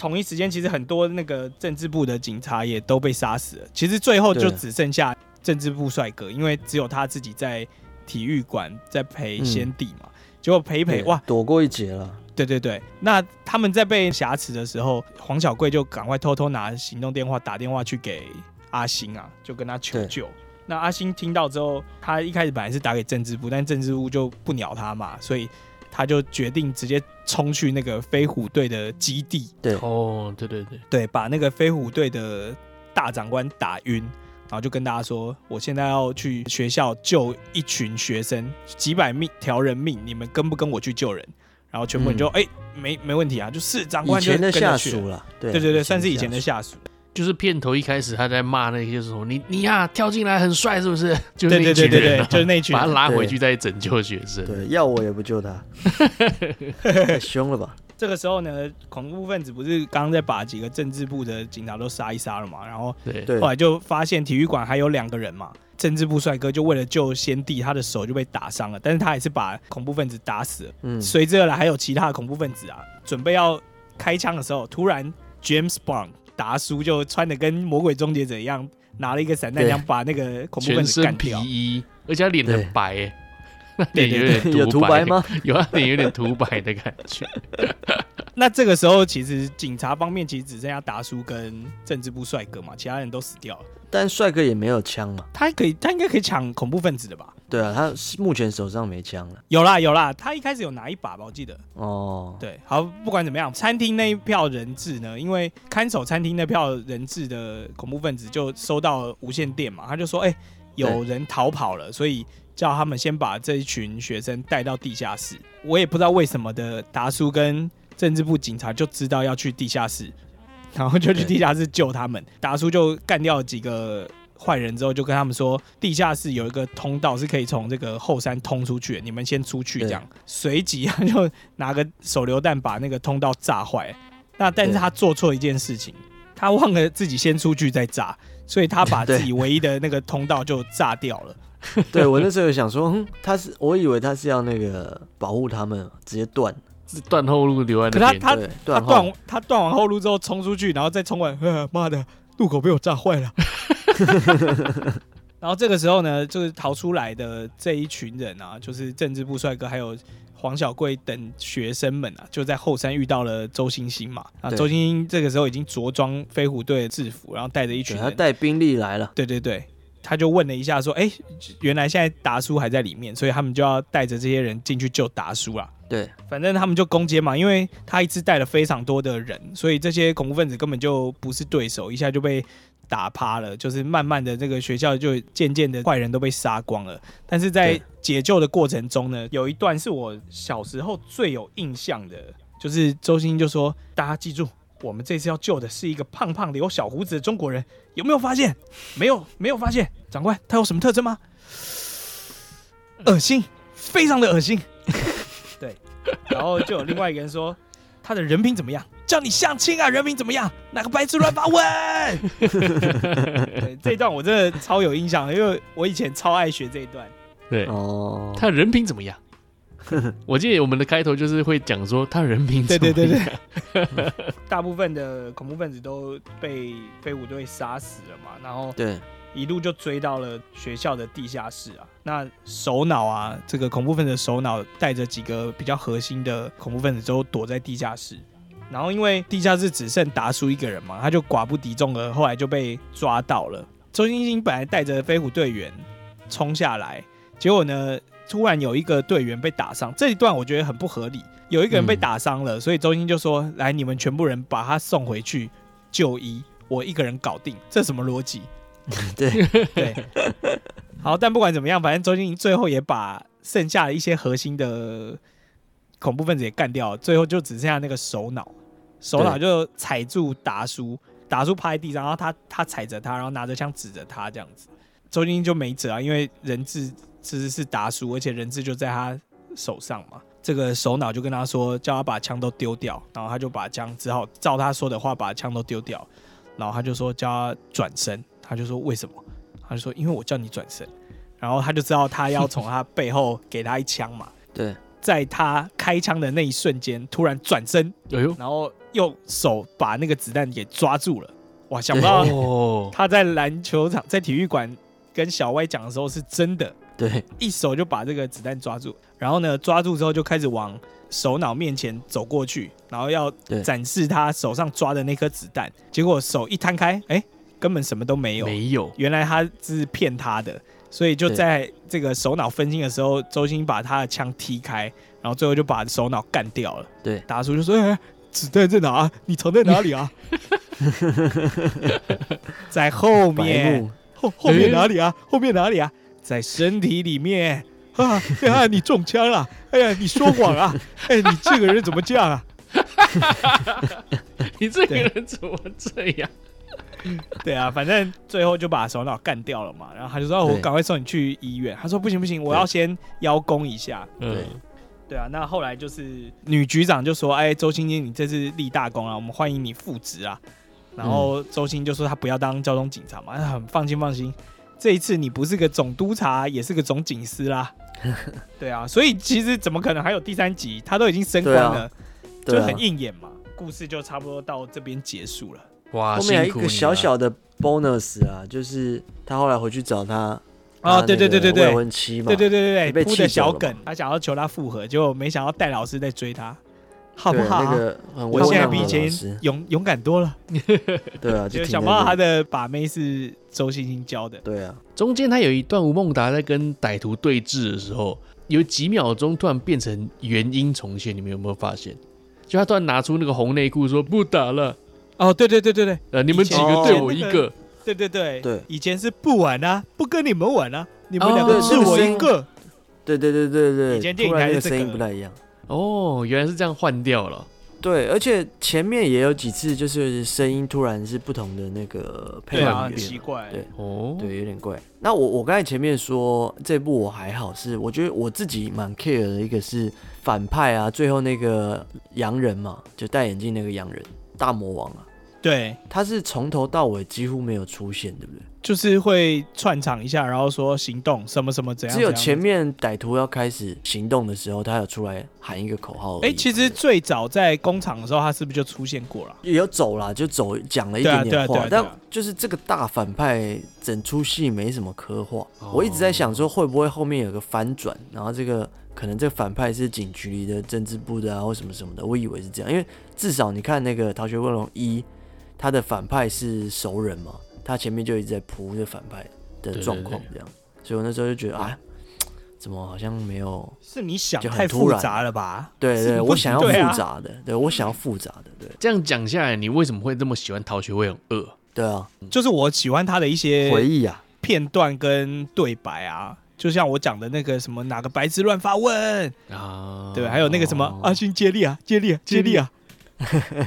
B: 同一时间，其实很多那个政治部的警察也都被杀死了。其实最后就
C: 对
B: 只剩下政治部帅哥，因为只有他自己在体育馆在陪先帝嘛。结果陪一陪，
C: 嗯对
B: 哇，
C: 躲过一劫了，
B: 对对对。那他们在被挟持的时候，黄小贵就赶快偷偷拿行动电话打电话去给阿星啊，就跟他求
C: 对
B: 救。那阿星听到之后，他一开始本来是打给政治部，但政治部就不鸟他嘛，所以他就决定直接冲去那个飞虎队的基地，
C: 对
A: 哦，对对对，
B: 对，把那个飞虎队的大长官打晕，然后就跟大家说，我现在要去学校救一群学生，几百命条人命，你们跟不跟我去救人？然后全部人就哎、没没问题啊，就是长
C: 以
B: 官就
C: 前的
B: 跟着
C: 下
B: 去了
C: 属了，对
B: 对对对，算是以前
C: 的
B: 的
C: 下属
B: 下属。
A: 就是片头一开始他在骂那些什么你你呀、跳进来很帅是不 [LAUGHS] 是？就
B: 对
A: 是那
B: 对
A: 一
B: 对
A: 群
B: 对
A: 人
B: 对
A: 啊，
B: 就是那群
A: 把他
B: 人。
A: 拉回去再拯救学生。
C: 对，要我也不救
B: [LAUGHS]
C: 他，太凶了吧？
B: 这个时候呢，恐怖分子不是刚刚在把几个政治部的警察都杀一杀了嘛，然后
A: 对
C: 对
B: 后，来就发现体育馆还有两个人嘛，政治部帅哥就为了救先帝，他的手就被打伤了，但是他还是把恐怖分子打死了。
C: 嗯，
B: 随之而来还有其他的恐怖分子啊，准备要开枪的时候，突然 James Bond 达叔就穿的跟魔鬼终结者一样，拿了一个散弹枪把那个恐怖分
A: 全
B: 子
A: 身
B: 干
A: 皮
B: 掉。
A: 衣，而且他脸很
C: 对
A: 白耶，那 [LAUGHS]
B: 对
A: 脸
B: 对
A: 有点
C: [LAUGHS] 有涂白？吗？
A: [LAUGHS] 有啊，脸有点涂白的感
C: [LAUGHS]
A: 觉。
B: 那这个时候其实警察方面其实只剩下达叔跟政治部帅哥嘛，其他人都死掉了。
C: 但帅哥也没有枪嘛。
B: 他可以，他应该可以抢恐怖分子的吧？
C: 对啊，他是目前手上没枪了。
B: 有啦有啦，他一开始有拿一把吧，我记得。
C: 哦，
B: 对，好，不管怎么样，餐厅那一票人质呢，因为看守餐厅那票人质的恐怖分子就收到无线电嘛，他就说，哎、有人逃跑了，所以叫他们先把这一群学生带到地下室。我也不知道为什么的，达叔跟政治部警察就知道要去地下室，然后就去
C: 对
B: 地下室救他们。达叔就干掉几个坏人之后，就跟他们说，地下室有一个通道是可以从这个后山通出去的，你们先出去这样。随即他就拿个手榴弹把那个通道炸坏。那但是
C: 对
B: 他做错一件事情，他忘了自己先出去再炸，所以他把
C: 对
B: 自己唯一的那个通道就炸掉
C: [LAUGHS]
B: 了。
C: 对我那时候有想说，嗯，他是我以为他是要那个保护他们，直接断。
A: 断后路留在
B: 可
A: 那
B: 他
A: 边，
B: 他
C: 对啊
B: 他
C: 断后
B: 断，他断完后路之后冲出去，然后再冲完，呵妈的，路口被我炸坏了。 [LAUGHS] 然后这个时候呢，就是逃出来的这一群人啊，就是政治部帅哥还有黄小贵等学生们啊，就在后山遇到了周星星嘛。啊，
C: 对
B: 周星星这个时候已经着装飞虎队的制服，然后带着一群
C: 对
B: 人
C: 他带兵力来了。
B: 对对对，他就问了一下，说：“哎、原来现在达叔还在里面，所以他们就要带着这些人进去救达叔啊。
C: 对，
B: 反正他们就攻坚嘛，因为他一次带了非常多的人，所以这些恐怖分子根本就不是对手，一下就被打趴了。就是慢慢的，这个学校就渐渐的坏人都被杀光了。但是在
C: 对
B: 解救的过程中呢，有一段是我小时候最有印象的，就是周星就说：“大家记住，我们这次要救的是一个胖胖的有小胡子的中国人，有没有发现？没有，没有发现。长官，他有什么特征吗？恶心，非常的恶心。对，然后就有另外一个人说，他的人品怎么样？叫你相亲啊，人品怎么样？哪个白痴乱发问？ [LAUGHS] 对，这一段我真的超有印象的，因为我以前超爱学这一段。
A: 对，
C: 哦，
A: 他人品怎
C: [LAUGHS]
A: 么样？我记得我们的开头就是会讲说他人品怎
B: 对
A: 么
B: 对
A: 样，
B: 对对， [LAUGHS] 大部分的恐怖分子都被飞虎队杀死了嘛，然后
C: 对，
B: 一路就追到了学校的地下室啊。那首脑啊，这个恐怖分子的首脑带着几个比较核心的恐怖分子都躲在地下室。然后因为地下室只剩达叔一个人嘛，他就寡不敌众了，后来就被抓到了。周星星本来带着飞虎队员冲下来，结果呢，突然有一个队员被打伤。这一段我觉得很不合理，有一个人被打伤了，所以周星就说：“来，你们全部人把他送回去就医，我一个人搞定。”这什么逻辑？对，好，但不管怎么样，反正周星驰最后也把剩下的一些核心的恐怖分子也干掉了，最后就只剩下那个首脑，首脑就踩住达叔，达叔趴在地上，然后他他踩着他，然后拿着枪指着他这样子，周星驰就没辙啊，因为人质其实是达叔，而且人质就在他手上嘛。这个首脑就跟他说，叫他把枪都丢掉，然后他就把枪只好照他说的话把枪都丢掉，然后他就说叫他转身，他就说为什么？他就说因为我叫你转身，然后他就知道他要从他背后给他一枪嘛，
C: 对，
B: 在他开枪的那一瞬间，突然转身，
A: 哎呦，
B: 然后用手把那个子弹给抓住了，哇，想不到
A: 哦，
B: 他在篮球场在体育馆跟小歪讲的时候是真的，
C: 对，
B: 一手就把这个子弹抓住，然后呢，抓住之后就开始往首脑面前走过去，然后要
C: 对
B: 展示他手上抓的那颗子弹。结果手一摊开，哎，根本什么都没有，
A: 没有，
B: 原来他是骗他的，所以就
C: 对
B: 在这个首脑分心的时候，周星把他的枪踢开，然后最后就把首脑干掉了。
C: 对
B: 达叔就说：“哎、子弹在哪啊？你藏在哪里啊？”
C: [LAUGHS]
B: 在后
C: 白
B: 面。
C: 目，
B: 后后面哪里啊？后面哪里啊？在身体里面啊！哎呀，你中枪了！哎呀，你说谎啊！哎，你这个人怎么这样啊？
A: 你这个人怎么这样？
B: [LAUGHS] 对啊，反正最后就把首脑干掉了嘛。然后他就说：“哦我
C: 对
B: 赶快送你去医院。”他说：“不行不行，我要先邀功一下。”
C: 对
A: 嗯，
B: 对啊，那后来就是女局长就说：“哎，周星星，你这次立大功了，啊我们欢迎你复职啊。”然后周星就说他不要当交通警察嘛，很放心放心，这一次你不是个总督察，也是个总警司
C: [LAUGHS]
B: 啦。对啊，所以其实怎么可能还有第三集？他都已经升官了，
C: 对
B: 就
C: 啊，
B: 很硬演嘛。故事就差不多到这边结束了。
A: 哇，
C: 后面
A: 啊
C: 还有
A: 辛
C: 一
A: 苦
C: 个
A: 你
C: 小
A: 了
C: 小的 bonus 啊，就是他后来回去找他
B: 啊，
C: 他
B: 对对对
C: 那个
B: 对对
C: 未，婚妻嘛，
B: 对对对对
C: 你被
B: 对，
C: 气
B: 铺的
C: 走了
B: 小
C: 嘛
B: 梗，他想要求他复合，结果没想到戴老师在追他，好不
C: 对
B: 好啊、
C: 那个很
B: 我
C: 温
B: 现在
C: 良
B: 比
C: 的
B: 以前
C: 老师，
B: 勇勇敢多了。[LAUGHS]
C: 对啊，
B: 就
C: 挺
B: 想不到他的把妹是周星星教的。
C: 对啊，
A: 中间他有一段吴孟达在跟歹徒对峙的时候，有几秒钟突然变成原因重现，你们有没有发现？就他突然拿出那个红内裤说不打了，
B: 哦，对对对对对
A: 呃，你们几个对我一个，
B: 对对对
C: 对
B: 以前是不玩啊，不跟你们玩啊，你们
A: 哦
B: 两个是我一个。
C: 对对对对
B: 以前
C: 对，
B: 电影
C: 突然
B: 还是
C: 那个
B: 这
C: 声音
B: 个
C: 不太一样。
A: 哦，原来是这样换掉了，
C: 对，而且前面也有几次，就是声音突然是不同的那个配
B: 对啊，
C: 乐
B: 很
A: 对
B: 奇
C: 变，
B: 怪。
C: 对
A: 哦，
C: 对，有点怪。那我我刚才前面说这部我还好是，我觉得我自己蛮 care 的一个是反派啊，最后那个洋人嘛，就戴眼镜那个洋人大魔王啊，
B: 对，
C: 他是从头到尾几乎没有出现，对不对？
B: 就是会串场一下，然后说行动什么什么怎样。
C: 只有
B: 怎样
C: 前。面歹徒要开始行动的时候，他有出来喊一个口号而已。
B: 哎，其实最早在工厂的时候，他是不是就出现过了？
C: 也有走啦，就走讲了一
B: 对啊
C: 点点
B: 对啊
C: 话，
B: 对啊对啊
C: 但就是这个大反派整出戏没什么刻画。
A: 哦
C: 我一直在想说，会不会后面有个翻转，然后这个可能这个反派是警局里的政治部的啊，或什么什么的。我以为是这样，因为至少你看那个《逃学威龙一》，他的反派是熟人嘛，他前面就一直在铺这反派的的
A: 对对
C: 状况这样。所以我那时候就觉得啊，怎么好像没有？
B: 是你想
C: 就很
B: 太
C: 突
B: 复
C: 然
B: 杂了吧？
C: 对
B: 是
C: 对，
B: 你
C: 我
B: 不
C: 想要
B: 对啊
C: 复杂的，对我想要复杂的，对
A: 这样讲下来，你为什么会这么喜欢逃学威龙二？
C: 对啊，
B: 就是我喜欢他的一
C: 回
B: 些
C: 忆啊，
B: 片段跟对白啊，就像我讲的那个什么哪个白痴乱发问，
A: 啊，
C: 哦
B: 对，还有那个什么阿勋接力啊，接力啊，接力啊，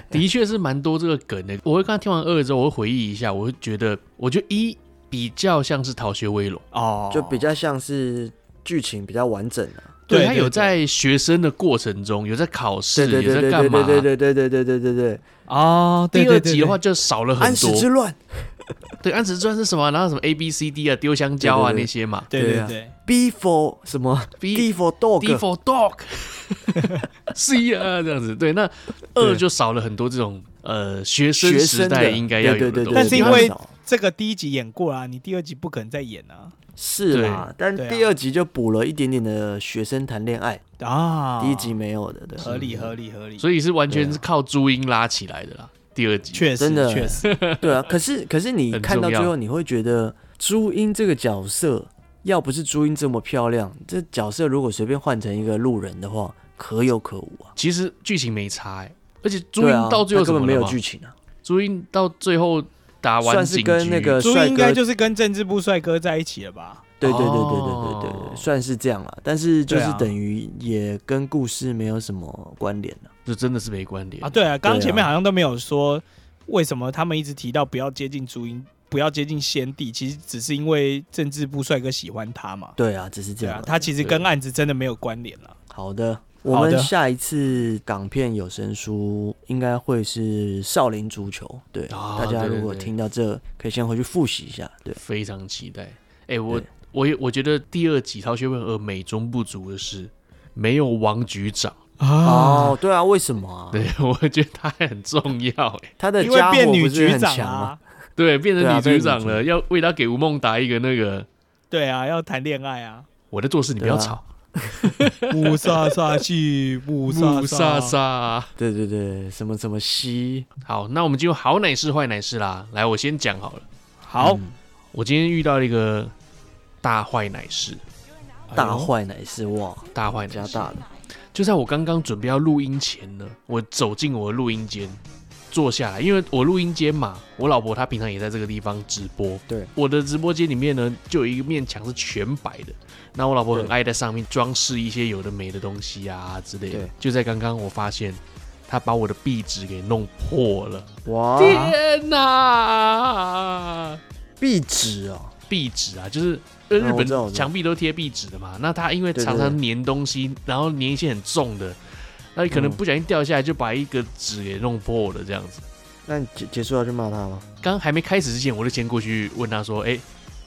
A: 的确是蛮多这个梗的。我会刚听完二之后，我会回忆一下，我会觉得，我觉得一比较像是逃学威龙，
B: 哦，
C: 就比较像是剧情比较完整啊。
B: 对
A: 他
B: 对
A: 有
B: 对
A: 在学生的过程中，有在考试，
C: 对对对
A: 有在
C: 对
A: 干
C: 对
A: 嘛？
C: 对对对对对对对对，
B: 哦，对
A: 第
B: 对
A: 二
B: 对
A: 集的话
B: 对
A: 就少了很
C: 安史之
A: 多，
C: 乱
A: 对，安史之乱是什么？然后什么 A B C D 啊，丢香蕉啊
C: 对对对
A: 那些嘛。
B: 对
C: 对
B: 对
C: 啊
B: 对，
C: ，B for 什么
A: B
C: ？D for
A: D
C: dog，
A: for dog [LAUGHS] ，C 啊这样子。对，那二就少了很多这种呃学生
C: 学
A: 时
C: 生
A: 代
C: 的
A: 应该要有的
C: 对对对
A: 东
C: 对，
A: 西。
B: 但是因
C: 比较
B: 为
C: 少
B: 这个第一集演过啊，你第二集不可能再演啊
C: 是啦，但
B: 对啊
C: 第二集就补了一点点的学生谈恋爱，
B: 啊，
C: 第一集没有的，对，
B: 合理合理合理，
A: 啊所以是完
C: 啊
A: 全是靠朱茵拉起来的啦。第二集
B: 确实
C: 真的
B: 确实，
C: [LAUGHS] 对啊。可是可是你
A: 很
C: 看到
A: 重要
C: 最后，你会觉得朱茵这个角色，要不是朱茵这么漂亮，这角色如果随便换成一个路人的话，可有可无啊。
A: 其实剧情没差、欸，而且朱
C: 对
A: 茵
C: 啊
A: 到最后
C: 她根
A: 什
C: 本
A: 么
C: 没
A: 了
C: 有
A: 嘛
C: 剧情啊，
A: 朱茵到最后打完
C: 算是
A: 警
C: 跟
A: 局，
C: 那个
B: 朱
C: 帅
B: 茵应该
C: 哥
B: 就是跟政治部帅哥在一起了吧？
C: 对对对对
A: 哦
C: 对对对对，算是这样啦。但是就
B: 对
C: 是
B: 啊
C: 等于也跟故事没有什么关联了。
A: 就真的是没关联
B: 啊，。对啊，刚刚
C: 对啊
B: 前面好像都没有说为什么他们一直提到不要接近朱茵，不要接近先帝，其实只是因为政治部帅哥喜欢他嘛。
C: 对啊，只是这
B: 对啊
C: 样啦。，
B: 他其实跟案子真的没有关联了。
C: 好的，我们下一次港片有声书应该会是《少林足球》。对，
A: 啊
C: 大家如果
A: 对对对
C: 听到这，可以先回去复习一下。对，
A: 非常期待。哎、我
C: 对
A: 我也我觉得第二集《逃学威龙二》美中不足的是没有王局长， [LAUGHS]
C: 哦，对啊，为什么啊？
A: 对我觉得他很重要、哎，
C: 他的
B: 因为
C: 家
B: 变
C: 伙
B: 女
C: 不是
B: 局
C: 很
B: 长
C: 强
B: 啊
C: 吗？，
A: 对，变成
C: 对啊
A: 女局长
C: 变
A: 了，
C: 成
A: 要为他给吴孟达一个那个
B: 对啊，要谈恋爱
C: [LAUGHS]
B: 啊，
A: 我在做事，你不要
C: 对啊
A: 吵，
B: 穆萨萨系穆萨
A: 莎
B: 萨，
A: 莎。
C: 对对对，什么什么西，
A: 好，那我们进入好奶事坏奶事啦。来，我先讲好了，
B: 好
C: 嗯
A: 我今天遇到了一个大坏奶事，
B: 哎
C: 大坏奶是哇，
A: 大坏奶
C: 加
A: 事。
C: 大的，
A: 就在我刚刚准备要录音前呢，我走进我的录音间，坐下来，因为我录音间嘛，我老婆她平常也在这个地方直播。
C: 对，
A: 我的直播间里面呢，就有一面墙是全白的，那我老婆很
C: 对
A: 爱在上面装饰一些有的没的东西啊之类的
C: 对。
A: 就在刚刚，我发现她把我的壁纸给弄破了，
C: 哇，
A: 天哪！
C: 壁纸哦，
A: 壁纸啊，就是呃
C: 嗯
A: 日
C: 我知道我
A: 本
C: 知道
A: 墙壁都贴壁纸的嘛。那它因为
C: 对对
A: 常常
C: 对
A: 粘东西，然后粘一些很重的，那可能
C: 嗯
A: 不小心掉下来就把一个纸给弄破了这样子。
C: 那你结结束要去骂他吗？
A: 刚还没开始之前，我就先过去问他说：“哎、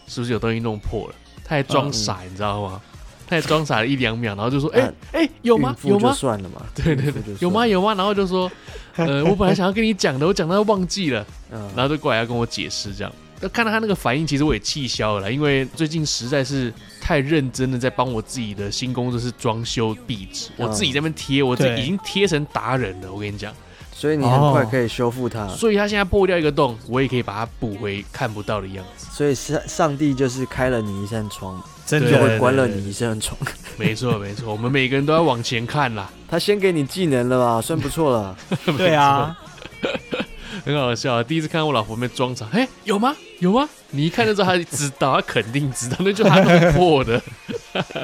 A: 是不是有东西弄破了？”他还
C: 嗯
A: 装傻，你知道吗？他还装傻了一两秒，然后就说：“哎、
C: 嗯
A: 哎、有吗
C: 孕？妇
A: 有
C: 就
A: 吗？
C: 算了嘛，
A: 对对
C: 孕妇
A: 对，
C: 就算
A: 有吗？？有吗？”然后就说：“呃，我本来想要跟你讲的，我讲到忘记了。”
C: 嗯，
A: 然后就过来要跟我解释这样。那看到他那个反应，其实我也气消了啦，因为最近实在是太认真的在帮我自己的新工作室装修壁纸，我自己在那边贴，我自己
B: 对
A: 已经贴成达人了。我跟你讲，
C: 所以你很快
B: 哦
C: 可以修复它，
A: 所以他现在破掉一个洞，我也可以把它补回看不到的样子。
C: 所以上上帝就是开了你一扇窗，
B: 真
A: 对
C: 就
B: 的
C: 会关了你一扇窗。 [LAUGHS]
A: 没错，没错，我们每个人都要往前看啦，
C: 他先给你技能了吧，算不错
A: [LAUGHS]
C: 了。
B: 对啊，
A: 很好笑啊！第一次看到我老婆妹装傻，哎、有吗？有吗？你一看就知道她知道，她肯定知道，那就是她弄破的。 [LAUGHS]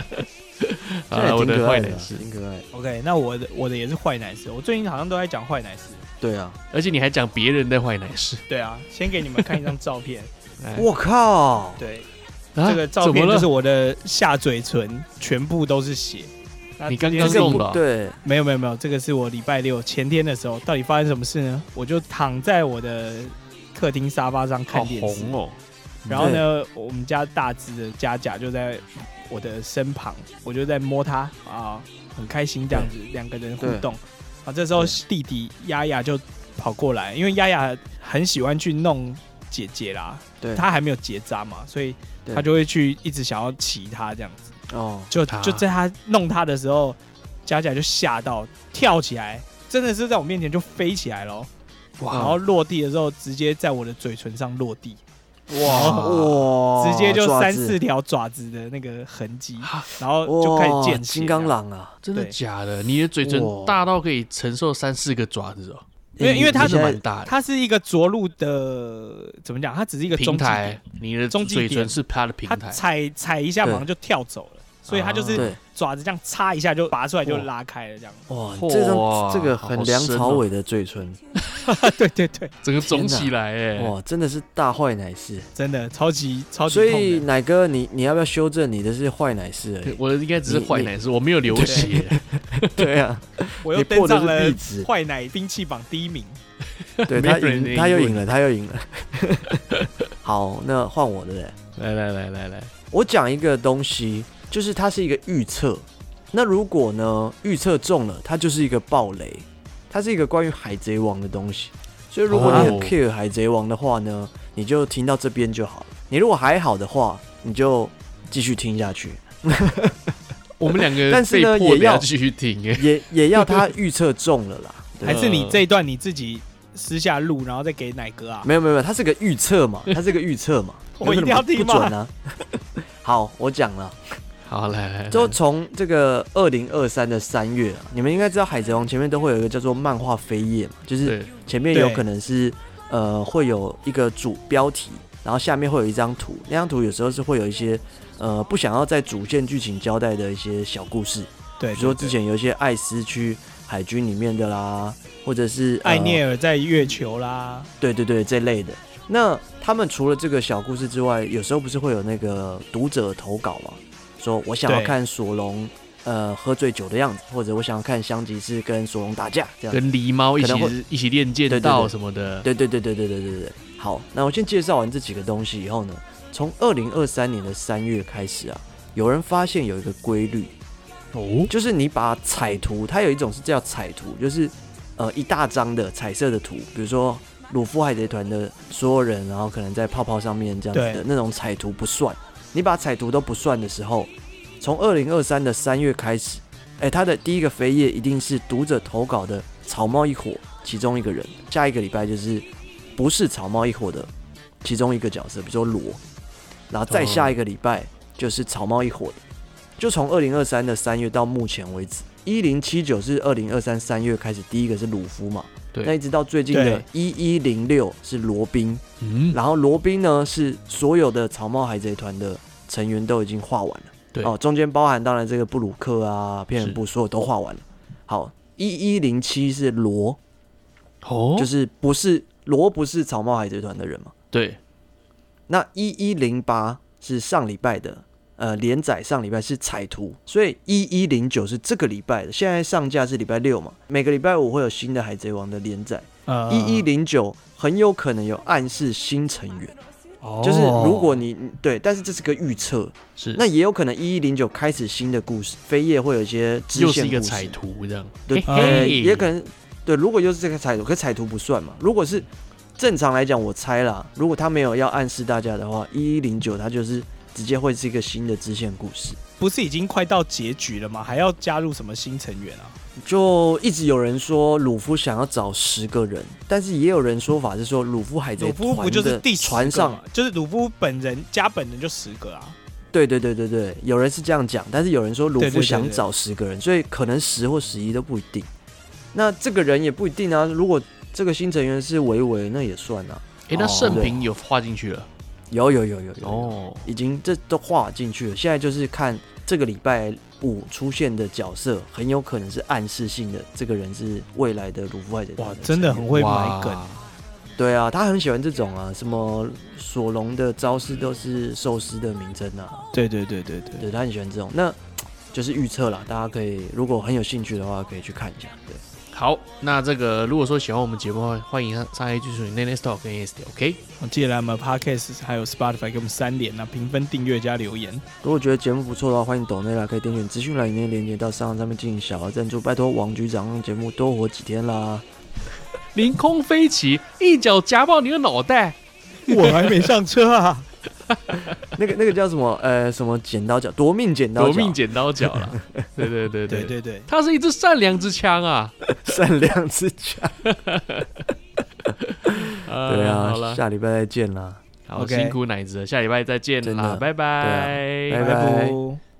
A: 好
C: 这
A: 了，
C: 也
A: 我
C: 挺
A: 的
C: 可
A: 坏
C: 爱的
A: 奶
C: 啊，
A: 事，
C: 挺可爱的。
B: OK，那我的我的也是坏奶事，我最近好像都在讲坏奶事。
C: 对啊，
A: 而且你还讲别人的坏奶事，
B: 对啊，先给你们看一张照片，
A: 哎
C: 我靠，
B: 对，
A: 啊
B: 这个照
A: 怎么
B: 片
A: 了
B: 就是我的下嘴唇全部都是血。那
A: 你刚
B: 这
A: 刚
B: 件事
C: 这
A: 弄
B: 情
C: 个不
A: 的啊
C: 对，
B: 没有没有没有，这个是我礼拜六前天的时候，到底发生什么事呢？我就躺在我的客厅沙发上看
A: 好
B: 电视，
A: 红哦，
B: 然后呢，我们家大只的家甲就在我的身旁，我就在摸它啊，很开心这样子，两个人互动。啊，这时候弟弟丫丫就跑过来，因为丫丫很喜欢去弄姐姐啦，
C: 对
B: 她还没有结扎嘛，所以
C: 对
B: 她就会去一直想要骑她这样子。
C: 哦，
B: 就
A: 啊
B: 就在他弄他的时候，佳佳就吓到跳起来，真的是在我面前就飞起来了哦，
A: 哇
B: 然后落地的时候直接在我的嘴唇上落地，
C: 哇
B: 直接就
C: 哦爪
B: 三
C: 子
B: 四条爪子的那个痕
C: [GASPS]
B: 迹
A: 啊，
B: 然后就开始
C: 哇
B: 见
C: 金刚，狼啊，
A: 真的
B: 对
A: 假的？你的嘴唇
C: 哇
A: 大到可以承受三四个爪子哦，
B: 因为因为它
A: 它
C: 你现
A: 是
C: 在
A: 蛮大的。
B: 它是一个着陆的，怎么讲？它只是一个
A: 平
B: 中继点
A: 台，你的
B: 中继
A: 嘴唇
B: 点
A: 是它的平
B: 它
A: 台，
B: 踩踩一下
C: 对
B: 马上就跳走了，所以它就
A: 啊
B: 是
C: 对，哦
B: 爪子这样插一下就拔出来就
A: 哇
B: 拉开了这样。
C: 哇，
A: 嚯
C: 这张这个
A: 好
C: 很梁
A: 深
C: 朝
A: 哦
C: 伟的嘴唇，
B: 对对对，
A: 整个肿
C: 天哪
A: 起来哎。
C: 哇，真的是大坏奶事。
B: 真的超级超级
C: 所
B: 痛的。
C: 以奶哥，你你要不要修正你的是坏奶事而
A: 对 [LAUGHS]
C: 已？
A: 我的应该只是
C: 你
A: 坏
C: 你
A: 奶是我没有流血，
C: 对啊，
B: 我又
C: 你
B: 登
C: 破的
B: 上
C: 是
B: 了
C: 壁纸，
B: 坏奶兵器榜第一名。
C: 对
A: 没
C: 他
A: 有人
C: 赢，
A: 赢
C: 他又
A: 过
C: 赢了，他又赢了。 [LAUGHS] 好，那换我的嘞。
A: 来来来来来，
C: 我讲一个东西，就是它是一个预测。那如果呢预测中了，它就是一个暴雷，它是一个关于海贼王的东西。所以如果你很
A: 哦
C: care 海贼王的话呢，你就听到这边就好了。你如果还好的话，你就继续听下去，
A: 我们两个
C: 但是
A: 被
C: 呢
A: 迫
C: 也
A: 的要
C: 要
A: 继续听哎。
C: 也也要它预测中了啦。对
B: 还是你
A: 呃
B: 这一段你自己私下录，然后再给奶哥啊？
C: [LAUGHS] 没有没有没有，它是个预
B: [LAUGHS]
C: 测嘛，它是个预测嘛，
B: 我一定
C: 有可能
B: 要听
C: 不
B: 吗
C: 准啊。 [LAUGHS] 好，我讲
B: [LAUGHS]
C: 了。
A: 好，来来来，
C: 就从这个二零二三的三月、啊，你们应该知道《海贼王》前面都会有一个叫做漫画扉页嘛，就是
A: 对，
C: 前面有
B: 对
C: 可能是呃会有一个主标题，然后下面会有一张图，那张图有时候是会有一些呃不想要在主线剧情交代的一些小故事，
B: 对，
C: 比如说
B: 对
C: 之前有一些艾斯去海军里面的啦，或者是、呃、
B: 艾涅尔在月球啦，
C: 对对对，这类的。那他们除了这个小故事之外，有时候不是会有那个读者投稿嘛，说我想要
B: 对
C: 看索隆呃喝醉酒的样子，或者我想要看香吉士跟索隆打架这样子。
A: 跟狸猫一
C: 可能
A: 起一起练
C: 对
A: 剑
C: 对
A: 道
C: 对
A: 什么的，
C: 对对对对对对对对。好，那我先介绍完这几个东西以后呢，从二零二三年的三月开始啊，有人发现有一个规律，
A: 哦，
C: 就是你把彩图，它有一种是叫彩图，就是呃一大张的彩色的图，比如说鲁夫海贼团的所有人，然后可能在泡泡上面这样子的
B: 对
C: 那种彩图不算，你把彩图都不算的时候，从二零二三的三月开始，哎、它的第一个扉页一定是读者投稿的草帽一伙其中一个人，下一个礼拜就是不是草帽一伙的其中一个角色，比如说罗，然后再下一个礼拜就是草帽一伙的。就从二零二三的三月到目前为止，一零七九是二零二三三月开始，第一个是鲁夫嘛，
A: 对
C: 那一直到最近的一一零六是罗宾，
A: 嗯，
C: 然后罗宾呢是所有的草帽海贼团的成员都已经画完了，
A: 对
C: 哦，中间包含当然这个布鲁克啊、骗人部所有都画完了。好，一一零七是罗，
A: 哦，
C: 就是不是罗不是草帽海贼团的人嘛？
A: 对，
C: 那一一零八是上礼拜的，呃，连载上礼拜是彩图，所以一一零九是这个礼拜的，现在上架是礼拜六嘛，每个礼拜五会有新的海贼王的连载，
A: 啊
B: 呃，
C: 一一零九很有可能有暗示新成员，
A: 哦
C: 就是如果你对，但是这是个预测，
A: 是
C: 那也有可能一一零九开始新的故事，扉页会有一些支
A: 又
C: 线
A: 是一个
C: 故事
A: 彩图这样，
B: 哎
C: 对，
A: 嘿
C: 呃，
A: 嘿
C: 也可能对。如果又是这个彩图，可彩图不算嘛。如果是正常来讲，我猜啦，如果他没有要暗示大家的话，一一零九它就是直接会是一个新的支线故事。
B: 不是已经快到结局了吗？还要加入什么新成员啊？
C: 就一直有人说鲁夫想要找十个人，但是也有人说法是说鲁夫海贼
B: 鲁夫
C: 团
B: 不就是
C: 的
B: 第十
C: 船
B: 个
C: 上
B: 嘛，就是鲁夫本人加本人就十个啊。
C: 对对对对对，有人是这样讲，但是有人说鲁
B: 对对
C: 夫
B: 对
C: 想
B: 对
C: 找十个人，所以可能十或十一都不一定。那这个人也不一定啊，如果这个新成员是维维，那也算啊。
A: 哎，那
B: 哦
A: 盛平有画进去了
C: 有有有有有有
A: 哦，
C: 已经这都画进去了。现在就是看这个礼拜五出现的角色，很有可能是暗示性的，这个人是未来的鲁夫海贼团
B: 哇，真的
C: 成
B: 很
C: 员
B: 会
A: 哇
B: 埋梗。
C: 对啊，他很喜欢这种啊，什么索隆的招式都是寿司的名称啊，
B: 对对对对对，
C: 对他很喜欢这种。那就是预测啦，大家可以如果很有兴趣的话，可以去看一下。对，
A: 好，那这个如果说喜欢我们节目的话，欢迎上上 A 剧属于 n a n e s Talk 跟 ASD OK。
B: 我记得哦来我们 podcast 还有 Spotify 给我们三连啊，评分、订阅加留言。
C: 如果觉得节目不错的话，欢迎抖内啦，可以点选资讯栏里面链接到上上面进行小额赞助，拜托王局长让节目多活几天啦。
A: 凌空飞起，一脚夹爆你的脑
B: [LAUGHS]
A: 袋。
B: [LAUGHS] 我还没上车啊，
C: 那个那个叫什么呃什么剪刀脚夺命剪刀脚
A: 夺命剪刀脚
B: [LAUGHS]
A: 了。对对对对
B: [LAUGHS] 对
A: 对，
B: 对对，
A: 它是一支善良之枪啊。
C: 善良之家。
A: 呃
C: 对啊
A: 好，了，
B: 啊
C: 啊下礼拜再见啦。
A: 好
B: OK
A: 辛苦奶子了，下礼拜再见
C: 真
A: 啦，
C: 的
A: 拜拜，
C: 拜
B: 啊拜
C: 拜
B: 拜